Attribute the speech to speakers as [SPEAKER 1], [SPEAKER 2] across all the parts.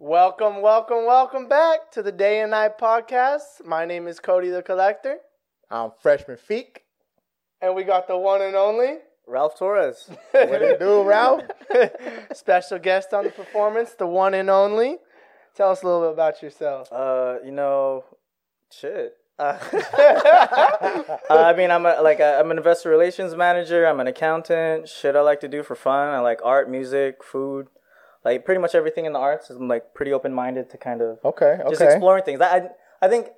[SPEAKER 1] Welcome, welcome, welcome back to the Day and Night podcast. My name is Cody the Collector,
[SPEAKER 2] I'm Um, freshman Feek.
[SPEAKER 1] and we got the one and only
[SPEAKER 3] Ralph Torres.
[SPEAKER 2] What it do, Ralph?
[SPEAKER 1] special guest on the performance, the one and only. Tell us a little bit about yourself.
[SPEAKER 3] Uh, you know, shit. Uh, I mean, I'm a, like I- I'm an investor relations manager. I'm an accountant. Shit, I like to do for fun. I like art, music, food, like pretty much everything in the arts. I'm like pretty open minded to kind of
[SPEAKER 2] Okay,
[SPEAKER 3] just
[SPEAKER 2] okay.
[SPEAKER 3] exploring things. I I- I think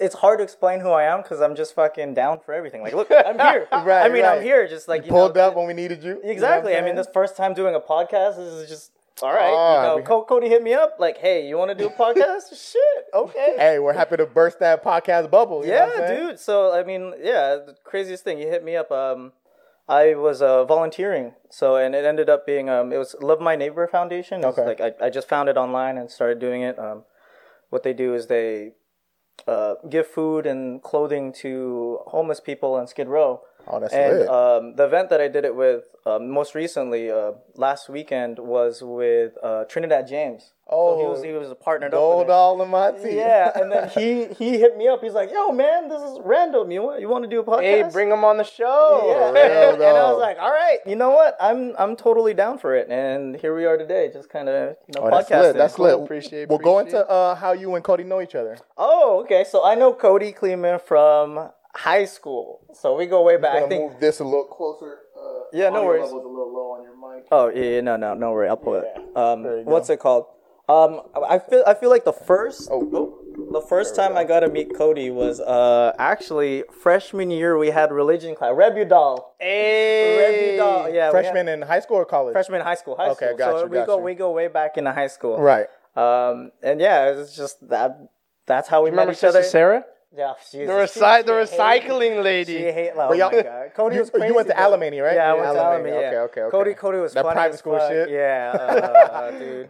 [SPEAKER 3] it's hard to explain who I am because I'm just fucking down for everything. Like, look, I'm here.
[SPEAKER 2] Right,
[SPEAKER 3] I mean,
[SPEAKER 2] right.
[SPEAKER 3] I'm here. Just like you know,
[SPEAKER 2] Pulled up when we needed you.
[SPEAKER 3] Exactly.
[SPEAKER 2] You know
[SPEAKER 3] I
[SPEAKER 2] what
[SPEAKER 3] mean,
[SPEAKER 2] I'm
[SPEAKER 3] this first time doing a podcast. This is just all right.
[SPEAKER 2] Ah,
[SPEAKER 3] you
[SPEAKER 2] we-
[SPEAKER 3] know, Co- Cody hit me up like, "Hey, you want to do a podcast?" Shit. Okay.
[SPEAKER 2] saying? Hey, we're happy to burst that podcast bubble. you know what I'm
[SPEAKER 3] yeah,
[SPEAKER 2] saying?
[SPEAKER 3] dude. So I mean, yeah, the craziest thing. You hit me up. Um, I was uh, volunteering. So and it ended up being um, it was Love My Neighbor Foundation. It's
[SPEAKER 2] Okay.
[SPEAKER 3] Like I, I just found it online and started doing it. Um, what they do is they uh, give food and clothing to homeless people in Skid Row.
[SPEAKER 2] Oh, that's
[SPEAKER 3] And
[SPEAKER 2] lit.
[SPEAKER 1] uh,
[SPEAKER 3] um, the event that I did it with um, most recently, uh, last weekend, was with uh, Trinidad James. So he
[SPEAKER 2] Oh,
[SPEAKER 3] was he was partnered up. with
[SPEAKER 2] Gold
[SPEAKER 3] me.
[SPEAKER 2] all in my teeth.
[SPEAKER 3] Yeah, and then he he hit me up. He's like, "Yo, man, this is random. You want you want to do a podcast?"
[SPEAKER 1] Hey, bring them on the show.
[SPEAKER 3] yeah.
[SPEAKER 2] real,
[SPEAKER 3] and I
[SPEAKER 2] though.
[SPEAKER 3] was like, "All right, you know what? I'm I'm totally down for it." And here we are today, just kind of you know
[SPEAKER 2] Oh, that's
[SPEAKER 3] podcasting.
[SPEAKER 2] lit. That's
[SPEAKER 1] Cool,
[SPEAKER 2] lit.
[SPEAKER 1] appreciate-
[SPEAKER 2] We'll go
[SPEAKER 1] appreciate.
[SPEAKER 2] into uh, how you and Cody know each other.
[SPEAKER 3] oh, okay. So I know Cody Kleeman from high school, so we go way back. I think
[SPEAKER 2] move this a little closer. Uh,
[SPEAKER 3] Yeah, no audio worries. level's
[SPEAKER 2] a little low on your mic.
[SPEAKER 3] Oh yeah, yeah, no, no, no worry. I'll pull it.
[SPEAKER 2] you
[SPEAKER 3] Um,
[SPEAKER 2] go.
[SPEAKER 3] what's it called? Um, I I feel I feel like the first
[SPEAKER 2] Oh.
[SPEAKER 3] the first time I got to meet Cody was uh actually freshman year we had religion class. Rebudal.
[SPEAKER 1] Hey.
[SPEAKER 3] Rebudal. Yeah. we had-
[SPEAKER 2] Freshman in high school or college?
[SPEAKER 3] Freshman high school. High
[SPEAKER 2] Okay,
[SPEAKER 3] school.
[SPEAKER 2] got
[SPEAKER 3] so
[SPEAKER 2] you,
[SPEAKER 3] we
[SPEAKER 2] got
[SPEAKER 3] go
[SPEAKER 2] you.
[SPEAKER 3] we go way back into high school.
[SPEAKER 2] Right.
[SPEAKER 3] Um, and yeah, it's just that that's how we
[SPEAKER 1] Remember
[SPEAKER 3] met each other.
[SPEAKER 1] Sister Sarah?
[SPEAKER 3] Yeah, she's
[SPEAKER 1] The, recy- the recycling lady.
[SPEAKER 3] She hate oh
[SPEAKER 2] But y'all-
[SPEAKER 3] my god. Cody
[SPEAKER 2] you-
[SPEAKER 3] was crazy.
[SPEAKER 2] You went to
[SPEAKER 3] though.
[SPEAKER 2] Alamany, right?
[SPEAKER 3] Yeah, I went to Alamany.
[SPEAKER 2] Alamany.
[SPEAKER 3] yeah.
[SPEAKER 2] Okay, okay, okay.
[SPEAKER 3] Cody, Cody was
[SPEAKER 2] that
[SPEAKER 3] funny
[SPEAKER 2] private
[SPEAKER 3] as
[SPEAKER 2] school
[SPEAKER 3] fuck.
[SPEAKER 2] shit.
[SPEAKER 3] Yeah, uh, dude.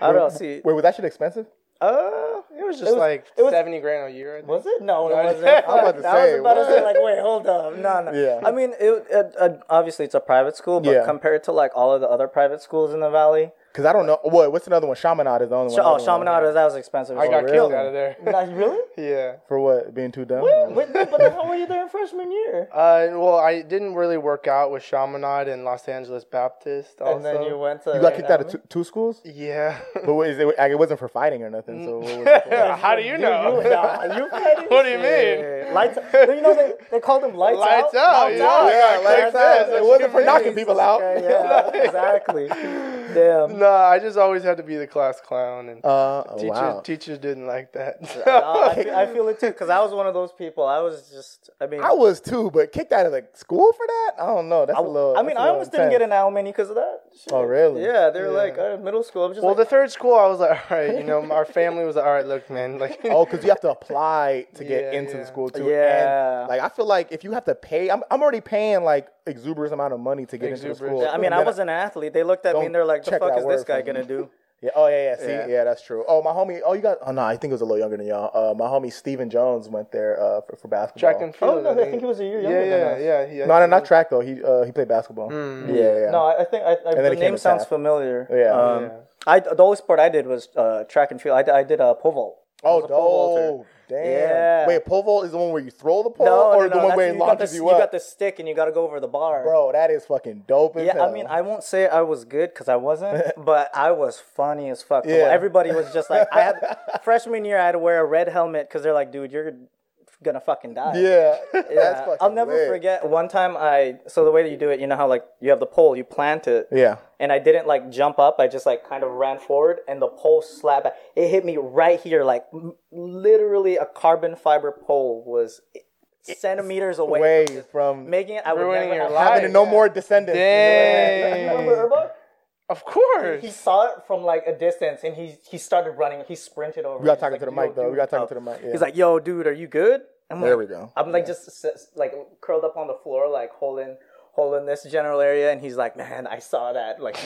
[SPEAKER 3] I don't see.
[SPEAKER 2] Wait, was that shit expensive?
[SPEAKER 3] Uh,
[SPEAKER 1] It was just
[SPEAKER 3] was-
[SPEAKER 1] like
[SPEAKER 3] it was-
[SPEAKER 1] 70 grand a year. I think.
[SPEAKER 3] was it? No, it
[SPEAKER 1] I-
[SPEAKER 3] wasn't.
[SPEAKER 1] I was
[SPEAKER 2] about to
[SPEAKER 3] that was
[SPEAKER 2] say,
[SPEAKER 3] about to say
[SPEAKER 2] what?
[SPEAKER 3] like, wait, hold up, no, no.
[SPEAKER 2] Yeah.
[SPEAKER 3] I mean, it, it, uh, obviously it's a private school, but
[SPEAKER 2] Yeah.
[SPEAKER 3] compared to like all of the other private schools in the valley,
[SPEAKER 2] Because I don't know. What? What's another one? Shamanad is the only
[SPEAKER 3] Sh-
[SPEAKER 2] one.
[SPEAKER 3] oh,
[SPEAKER 2] another one.
[SPEAKER 3] Shamanada, that was expensive.
[SPEAKER 1] I got
[SPEAKER 2] really?
[SPEAKER 1] kicked out of there.
[SPEAKER 3] Not really?
[SPEAKER 1] yeah.
[SPEAKER 2] For what? Being too dumb?
[SPEAKER 3] Wait, but then how were you there in freshman year?
[SPEAKER 1] Uh, well, I didn't really work out with Shamanad and Los Angeles Baptist. Also.
[SPEAKER 3] And then you went to
[SPEAKER 2] You got kicked out of two, two schools?
[SPEAKER 1] Yeah.
[SPEAKER 2] But what is it, like, it wasn't for fighting or nothing. So what was it for?
[SPEAKER 1] How do you know?
[SPEAKER 3] Nah, you kidding?
[SPEAKER 1] What do you
[SPEAKER 3] Shit. Lights. You know they, they called them lights,
[SPEAKER 1] Lights
[SPEAKER 3] out.
[SPEAKER 1] out, yeah, yeah,
[SPEAKER 2] like
[SPEAKER 1] Like
[SPEAKER 2] I
[SPEAKER 1] that,
[SPEAKER 2] said,
[SPEAKER 1] that's
[SPEAKER 2] it wasn't for
[SPEAKER 1] confusing.
[SPEAKER 2] knocking people out.
[SPEAKER 3] Okay, yeah, exactly. Damn.
[SPEAKER 1] no, I just always had to be the class clown, and
[SPEAKER 2] Uh,
[SPEAKER 1] teachers
[SPEAKER 2] wow.
[SPEAKER 1] teachers didn't like that.
[SPEAKER 3] No, I, feel, I feel it too because I was one of those people. I was just. I mean,
[SPEAKER 2] I was too, but kicked out of the school for that? I don't know. That's a little.
[SPEAKER 3] I mean, I almost didn't get an Alamany because of that. Shit.
[SPEAKER 2] Oh, really?
[SPEAKER 3] Yeah, they were like uh, middle school. I was just
[SPEAKER 1] well,
[SPEAKER 3] like,
[SPEAKER 1] the third school, I was like, all right, you know, our family was like, all right, look, man, like,
[SPEAKER 2] Oh, because you have to apply to get
[SPEAKER 1] Yeah,
[SPEAKER 2] into
[SPEAKER 1] yeah.
[SPEAKER 2] the school too.
[SPEAKER 3] Yeah.
[SPEAKER 2] And, like I feel like if you have to pay, I'm, I'm already paying like exuberant amount of money to get into the
[SPEAKER 1] Exuberant.
[SPEAKER 2] school.
[SPEAKER 1] Yeah,
[SPEAKER 3] I mean, I
[SPEAKER 2] Then
[SPEAKER 3] wasn't an athlete. They looked at me
[SPEAKER 2] Don't
[SPEAKER 3] and they're like, "The
[SPEAKER 2] check
[SPEAKER 3] fuck
[SPEAKER 2] that
[SPEAKER 3] is
[SPEAKER 2] word
[SPEAKER 3] this guy
[SPEAKER 2] for me.
[SPEAKER 3] gonna do?"
[SPEAKER 2] Yeah, oh yeah, yeah. See,
[SPEAKER 3] Yeah.
[SPEAKER 2] yeah. that's true. Oh, my homie. Oh, you got. Oh no, I think it was a little younger than y'all. Uh, my homie Steven Jones went there uh, for, for basketball.
[SPEAKER 1] track and field.
[SPEAKER 3] Oh no, I think he was a year
[SPEAKER 1] Yeah,
[SPEAKER 3] younger than
[SPEAKER 1] yeah,
[SPEAKER 3] us.
[SPEAKER 1] yeah, yeah.
[SPEAKER 2] No, no, not track though. He uh, he played basketball. Yeah, yeah.
[SPEAKER 3] Hmm. No, I I think I, I,
[SPEAKER 2] then
[SPEAKER 3] the
[SPEAKER 2] it came
[SPEAKER 3] name
[SPEAKER 2] to
[SPEAKER 3] sounds
[SPEAKER 2] tap.
[SPEAKER 3] familiar.
[SPEAKER 2] Yeah.
[SPEAKER 3] Um,
[SPEAKER 2] Yeah.
[SPEAKER 3] I the only sport I did was uh, track and field. I, did- I did uh, pole vault.
[SPEAKER 2] oh,
[SPEAKER 3] I was a pole vaulter.
[SPEAKER 2] dope. Damn.
[SPEAKER 3] Yeah.
[SPEAKER 2] Wait, pole vault is the one where you throw the pole,
[SPEAKER 3] No, no, no,
[SPEAKER 2] or Oh, the one
[SPEAKER 3] that's-
[SPEAKER 2] where it
[SPEAKER 3] got
[SPEAKER 2] launches
[SPEAKER 3] the,
[SPEAKER 2] you up.
[SPEAKER 3] got the stick and you got to go over the bar.
[SPEAKER 2] Bro, that is fucking dope. As
[SPEAKER 3] Yeah, I
[SPEAKER 2] hell.
[SPEAKER 3] mean, I won't say I was good because I wasn't, but I was funny as fuck.
[SPEAKER 2] Yeah.
[SPEAKER 3] Everybody was just like, I had freshman year, I had to wear a red helmet because they're like, dude, you're gonna fucking die.
[SPEAKER 2] yeah, that's
[SPEAKER 3] Yeah.
[SPEAKER 2] fucking.
[SPEAKER 3] I'll never
[SPEAKER 2] lit.
[SPEAKER 3] forget one time I. So the way that you do it, you know how like you have the pole, you plant it.
[SPEAKER 2] Yeah.
[SPEAKER 3] And I didn't like jump up. I just like kind of ran forward, and the pole slapped. back. It hit me right here, like m- literally a carbon fiber pole was centimeters away,
[SPEAKER 2] Way
[SPEAKER 3] from just
[SPEAKER 2] from
[SPEAKER 3] making it. I would
[SPEAKER 1] Ruining
[SPEAKER 3] never
[SPEAKER 1] your
[SPEAKER 3] have-
[SPEAKER 1] life.
[SPEAKER 2] having no more descendants. you know what I mean?
[SPEAKER 1] Dang.
[SPEAKER 3] Remember Urba?
[SPEAKER 1] Of course.
[SPEAKER 3] He saw it from like a distance, and he he started running. He sprinted over.
[SPEAKER 2] We got
[SPEAKER 3] He's
[SPEAKER 2] talking
[SPEAKER 3] like,
[SPEAKER 2] to the
[SPEAKER 3] "Yo,
[SPEAKER 2] mic though. We
[SPEAKER 3] dude."
[SPEAKER 2] got talking
[SPEAKER 3] Oh.
[SPEAKER 2] to the mic. Yeah.
[SPEAKER 3] He's like, "Yo, dude, are you good?" I'm
[SPEAKER 2] There
[SPEAKER 3] like-
[SPEAKER 2] we go.
[SPEAKER 3] I'm like just s- s- like curled up on the floor, like holding holding this general area, and he's like, "Man, I saw that." Like,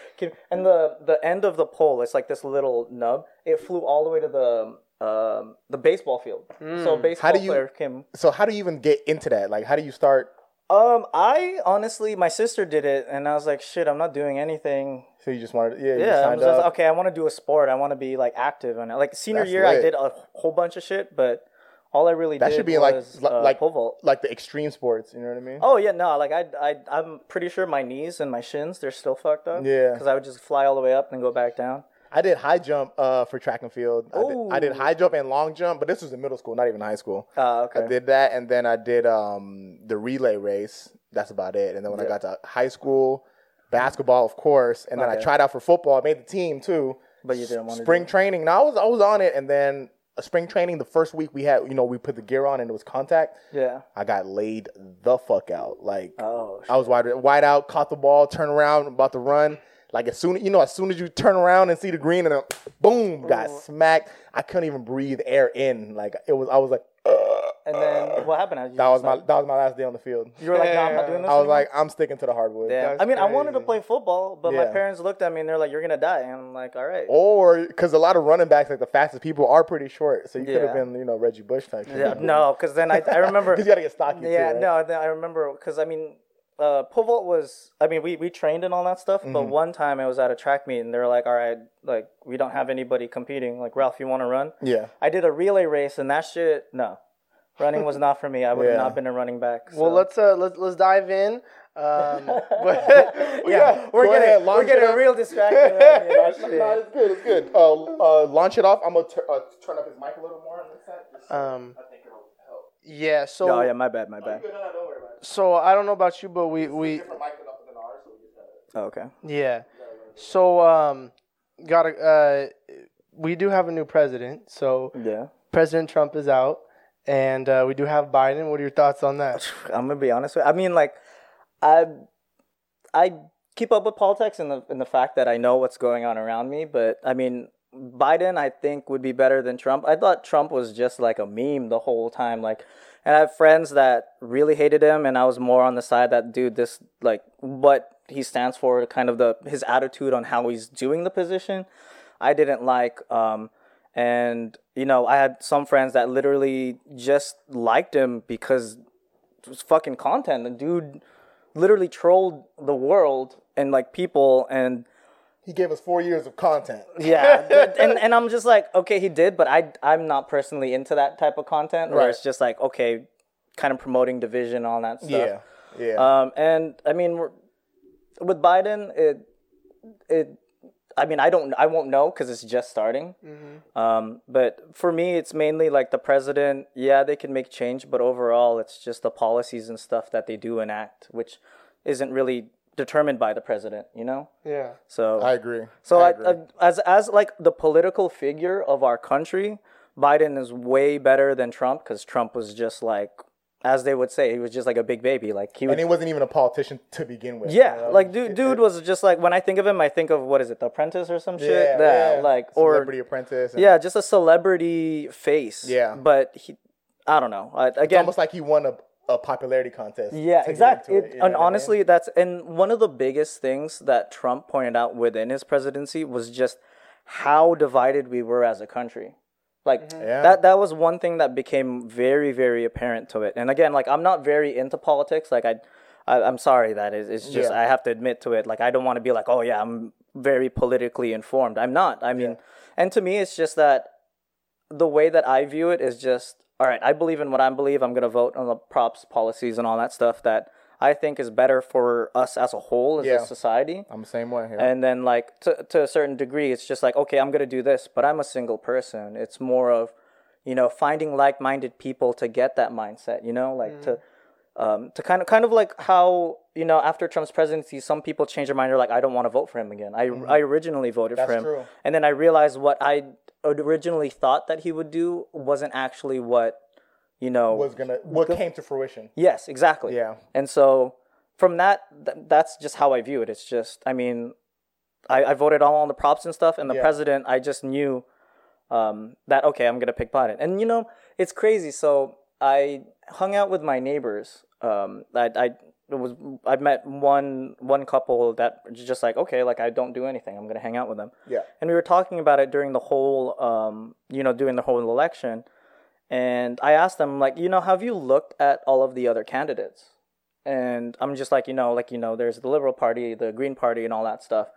[SPEAKER 3] can- and the the end of the pole, it's like this little nub. It flew all the way to the um, the baseball field. So baseball
[SPEAKER 2] do you-
[SPEAKER 3] player came.
[SPEAKER 2] so how do you even get into that? Like, how do you start?
[SPEAKER 3] Um, I honestly, my sister did it, and I was like, shit, I'm not doing anything.
[SPEAKER 2] So you just wanted, yeah, you
[SPEAKER 3] Yeah, I
[SPEAKER 2] signed
[SPEAKER 3] was just,
[SPEAKER 2] up.
[SPEAKER 3] okay, I want to do a sport. I want to be like active and like senior
[SPEAKER 2] That's
[SPEAKER 3] year, I
[SPEAKER 2] lit.
[SPEAKER 3] did a whole bunch of shit, but all I really
[SPEAKER 2] That
[SPEAKER 3] did
[SPEAKER 2] should be in, like-
[SPEAKER 3] was
[SPEAKER 2] li-
[SPEAKER 3] uh,
[SPEAKER 2] like-
[SPEAKER 3] pole vault.
[SPEAKER 2] Like the extreme sports, you know what I mean?
[SPEAKER 3] Oh yeah, no, like I, I, I'm pretty sure my knees and my shins, they're still fucked up.
[SPEAKER 2] Yeah.
[SPEAKER 3] because I would just fly all the way up and go back down.
[SPEAKER 2] I did high jump uh, for track and field. I did, I did
[SPEAKER 3] Ooh.
[SPEAKER 2] high jump and long jump, but this was in middle school, not even high school.
[SPEAKER 3] Uh, okay.
[SPEAKER 2] I did that, and then I did um, the relay race. That's about it. And then when I
[SPEAKER 3] Yeah.
[SPEAKER 2] got to high school, basketball, of course, and then I
[SPEAKER 3] Okay.
[SPEAKER 2] tried out for football. I made the team too.
[SPEAKER 3] But you didn't want to
[SPEAKER 2] Spring training. No, I was I was on it, and then uh, spring training. The first week we had, you know, we put the gear on and it was contact.
[SPEAKER 3] Yeah.
[SPEAKER 2] I got laid the fuck out. Like
[SPEAKER 3] Oh. Shit.
[SPEAKER 2] I was wide wide out, caught the ball, turn around, about to run. Like as soon you know, as soon as you turn around and see the green, and then boom, got
[SPEAKER 3] Uh-huh.
[SPEAKER 2] smacked. I couldn't even breathe air in. Like it was, I was like, "Ugh."
[SPEAKER 3] And then what happened? You
[SPEAKER 2] Uh, that was
[SPEAKER 3] just,
[SPEAKER 2] my
[SPEAKER 3] like-
[SPEAKER 2] that was my last day on the field.
[SPEAKER 3] You were like, no, I'm not doing this.
[SPEAKER 2] I was
[SPEAKER 3] anymore?
[SPEAKER 2] like, I'm sticking to the hardwood.
[SPEAKER 3] Damn.
[SPEAKER 1] That's
[SPEAKER 3] I mean, I wanted to
[SPEAKER 1] crazy.
[SPEAKER 3] play football, but my
[SPEAKER 2] Yeah. Oh.
[SPEAKER 3] parents looked at me and they're like, "You're gonna die," and I'm like, "All right."
[SPEAKER 2] Or because a lot of running backs, like the fastest people, are pretty short. So you could have
[SPEAKER 3] Yeah.
[SPEAKER 2] been, you know, Reggie Bush type.
[SPEAKER 3] Yeah, no, because then I, I remember.
[SPEAKER 2] because you got to get stocky.
[SPEAKER 3] yeah,
[SPEAKER 2] too, right?
[SPEAKER 3] no, then I remember because I mean, uh, pole vault was. I mean, we we trained and all that stuff,
[SPEAKER 2] Mm-hmm.
[SPEAKER 3] but one time I was at a track meet and they were like, "All right, like we don't have anybody competing. Like Ralph, you want to run?"
[SPEAKER 2] Yeah.
[SPEAKER 3] I did a relay race and that shit. No, running was not for me. I would
[SPEAKER 2] Yeah.
[SPEAKER 3] have not been a running back. so-
[SPEAKER 1] Well, let's uh, let's let's dive in. Um,
[SPEAKER 3] yeah, we're getting
[SPEAKER 2] go ahead,
[SPEAKER 3] we're
[SPEAKER 2] launch it
[SPEAKER 3] getting
[SPEAKER 2] up.
[SPEAKER 3] real distracted. right here.
[SPEAKER 2] No, no, it's good. It's good. Uh, uh, launch it off. I'm gonna tur- uh, turn up his mic a little more on this side. Just so
[SPEAKER 1] Um,
[SPEAKER 2] I think it'll help.
[SPEAKER 1] yeah. So
[SPEAKER 3] Oh yeah, my bad, my bad.
[SPEAKER 2] No, no, don't worry about it.
[SPEAKER 1] so I don't know about you, but we we
[SPEAKER 2] Different mic than up than ours, so we just gotta-
[SPEAKER 3] Oh, okay.
[SPEAKER 1] yeah. So um, got to uh, we do have a new president. So
[SPEAKER 3] Yeah.
[SPEAKER 1] President Trump is out, and uh, we do have Biden. What are your thoughts on that?
[SPEAKER 3] I'm gonna be honest with. You. I mean, like, I I keep up with politics and the in the fact that I know what's going on around me. But I mean, Biden, I think would be better than Trump. I thought Trump was just like a meme the whole time. Like, and I have friends that really hated him, and I was more on the side that dude, this like what he stands for, kind of the his attitude on how he's doing the position. I didn't like. Um, and you know, I had some friends that literally just liked him because was fucking content. The dude literally trolled the world and like people and
[SPEAKER 2] He gave us four years of content.
[SPEAKER 3] yeah and and I'm just like okay he did but I I'm not personally into that type of content where
[SPEAKER 2] Right.
[SPEAKER 3] it's just like okay kind of promoting division and all that stuff.
[SPEAKER 2] Yeah, yeah.
[SPEAKER 3] Um, and I mean, we're- with Biden, it, it, I mean, I don't, I won't know because it's just starting.
[SPEAKER 2] Mm-hmm.
[SPEAKER 3] Um, but for me, it's mainly like the president. Yeah, they can make change, but overall, it's just the policies and stuff that they do enact, which isn't really determined by the president. You know,
[SPEAKER 1] Yeah.
[SPEAKER 3] so
[SPEAKER 2] I agree.
[SPEAKER 3] so
[SPEAKER 2] I
[SPEAKER 3] I
[SPEAKER 2] agree.
[SPEAKER 3] uh, as as like the political figure of our country, Biden is way better than Trump because Trump was just like, as they would say, he was just like a big baby. Like he would
[SPEAKER 2] and he wasn't even a politician to begin with.
[SPEAKER 3] yeah,
[SPEAKER 2] you know?
[SPEAKER 3] like dude, dude was just like when I think of him, I think of what is it, The Apprentice or some shit. Yeah, like or
[SPEAKER 2] Celebrity Apprentice. and
[SPEAKER 3] yeah, just a celebrity face.
[SPEAKER 2] Yeah.
[SPEAKER 3] but he, I don't know. I,
[SPEAKER 2] It's
[SPEAKER 3] again,
[SPEAKER 2] almost like he won a, a popularity contest. to
[SPEAKER 3] yeah,
[SPEAKER 2] get
[SPEAKER 3] exactly.
[SPEAKER 2] into
[SPEAKER 3] It-
[SPEAKER 2] you know
[SPEAKER 3] and
[SPEAKER 2] what I mean?
[SPEAKER 3] honestly, that's and one of the biggest things that Trump pointed out within his presidency was just how divided we were as a country. Like
[SPEAKER 2] Yeah.
[SPEAKER 3] that that was one thing that became very very apparent to it. And again, like I'm not very into politics. Like I, I I'm sorry that is it's just
[SPEAKER 2] Yeah.
[SPEAKER 3] I have to admit to it. Like I don't want to be like, "Oh yeah, I'm very politically informed." I'm not. I mean, and to me it's just that the way that I view it is just all right. I believe in what I believe. I'm gonna vote on the props, policies, and all that stuff that I think is better for us as a whole as
[SPEAKER 2] Yeah.
[SPEAKER 3] a society.
[SPEAKER 2] I'm the same way here.
[SPEAKER 3] And then like to to a certain degree, it's just like okay, I'm gonna do this, but I'm a single person. It's more of you know finding like-minded people to get that mindset. You know, like to
[SPEAKER 2] Mm.
[SPEAKER 3] um, to kind of kind of like how you know after Trump's presidency, some people change their mind. They're like, I don't want to vote for him again. I I originally voted for
[SPEAKER 2] Mm-hmm. That's
[SPEAKER 3] him,
[SPEAKER 2] true.
[SPEAKER 3] and then I realized what I originally thought that he would do wasn't actually what you know
[SPEAKER 2] was gonna what came to fruition.
[SPEAKER 3] Yes, exactly.
[SPEAKER 2] Yeah.
[SPEAKER 3] And so from that, th- that's just how I view it. It's just, I mean, I, I voted all on the props and stuff, and the
[SPEAKER 2] Yeah.
[SPEAKER 3] president, I just knew um, that, okay, I'm going to pick Biden. And, you know, it's crazy. So I hung out with my neighbors. Um, I, I it was I met one one couple that was just like okay like I don't do anything I'm gonna hang out with them
[SPEAKER 2] Yeah.
[SPEAKER 3] and we were talking about it during the whole um, you know during the whole election and I asked them like you know have you looked at all of the other candidates and I'm just like you know, like you know, there's the Liberal Party, the Green Party, and all that stuff.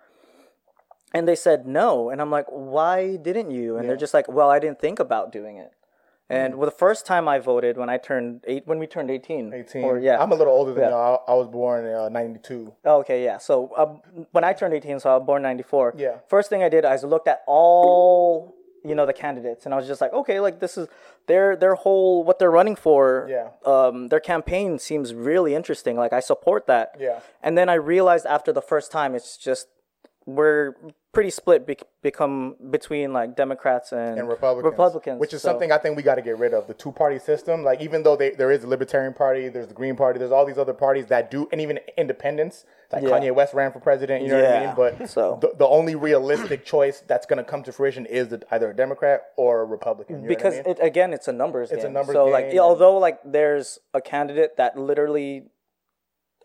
[SPEAKER 3] And they said no, and I'm like, why didn't you? And they're just like, well, I didn't think about doing it. And
[SPEAKER 2] Hmm.
[SPEAKER 3] well, the first time I voted when I turned eight, when we turned 18,
[SPEAKER 2] 18.
[SPEAKER 3] or yeah,
[SPEAKER 2] I'm a little older than y'all. I, I was born in uh, 92.
[SPEAKER 3] Okay, yeah. So um, when I turned 18, so I was born 94.
[SPEAKER 2] Yeah.
[SPEAKER 3] First thing I did, I was looked at all, you know, the candidates and I was just like, okay, like this is their their whole what they're running for.
[SPEAKER 2] Yeah.
[SPEAKER 3] Um their campaign seems really interesting. Like I support that.
[SPEAKER 2] Yeah.
[SPEAKER 3] And then I realized after the first time it's just we're pretty split bec become between like Democrats and,
[SPEAKER 2] and Republicans.
[SPEAKER 3] Republicans.
[SPEAKER 2] Which is
[SPEAKER 3] So-
[SPEAKER 2] something I think we got to get rid of. The two party system. Like, even though they, there is a Libertarian Party, there's the Green Party, there's all these other parties that do, and even independents. Like
[SPEAKER 3] Yeah.
[SPEAKER 2] Kanye West ran for president, you know
[SPEAKER 3] Yeah.
[SPEAKER 2] what I mean? But
[SPEAKER 3] So-
[SPEAKER 2] the, the only realistic choice that's going to come to fruition is the, either a Democrat or a Republican. You
[SPEAKER 3] because
[SPEAKER 2] know what I mean?
[SPEAKER 3] it again it's a numbers it's
[SPEAKER 2] a numbers
[SPEAKER 3] so like
[SPEAKER 2] game.
[SPEAKER 3] although like there's a candidate that literally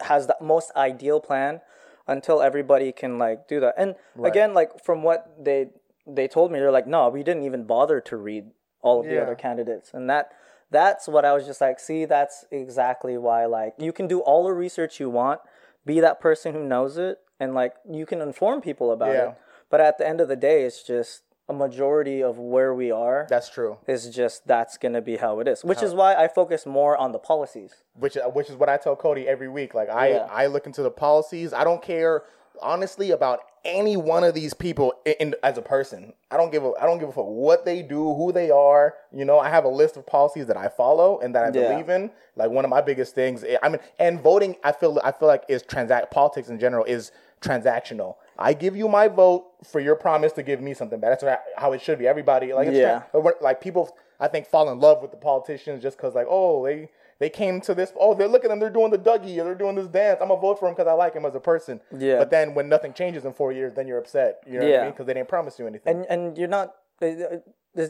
[SPEAKER 3] has the most ideal plan until everybody can like do that and again like from what they they told me they're like no we didn't even bother to read all of the
[SPEAKER 1] Yeah.
[SPEAKER 3] other candidates and that that's what i was just like see that's exactly why like you can do all the research you want be that person who knows it and like you can inform people about
[SPEAKER 2] Yeah.
[SPEAKER 3] it but at the end of the day it's just a majority of where we are
[SPEAKER 2] that's true.
[SPEAKER 3] is just that's going to be how it is, which is why I focus more on the policies.
[SPEAKER 2] which uh, which is what I tell Cody every week. Like I
[SPEAKER 3] Yeah.
[SPEAKER 2] I look into the policies. I don't care honestly about any one of these people in, in as a person. I don't give a I don't give a fuck what they do, who they are. You know, I have a list of policies that I follow and that I
[SPEAKER 3] Yeah.
[SPEAKER 2] believe in. Like one of my biggest things, eh, I mean, and voting. I feel I feel like is transact politics in general is transactional. I give you my vote for your promise to give me something. back. That's what I- how it should be. Everybody like it's
[SPEAKER 3] Yeah.
[SPEAKER 2] tran- but what- like people, I think fall in love with the politicians just because like oh they they came to this oh they're look at them they're doing the Dougie or they're doing this dance I'm gonna vote for him because I like him as a person.
[SPEAKER 3] Yeah.
[SPEAKER 2] But then when nothing changes in four years, then you're upset. You know what I
[SPEAKER 3] Yeah.
[SPEAKER 2] mean? Because they didn't promise you anything.
[SPEAKER 3] And and you're not uh,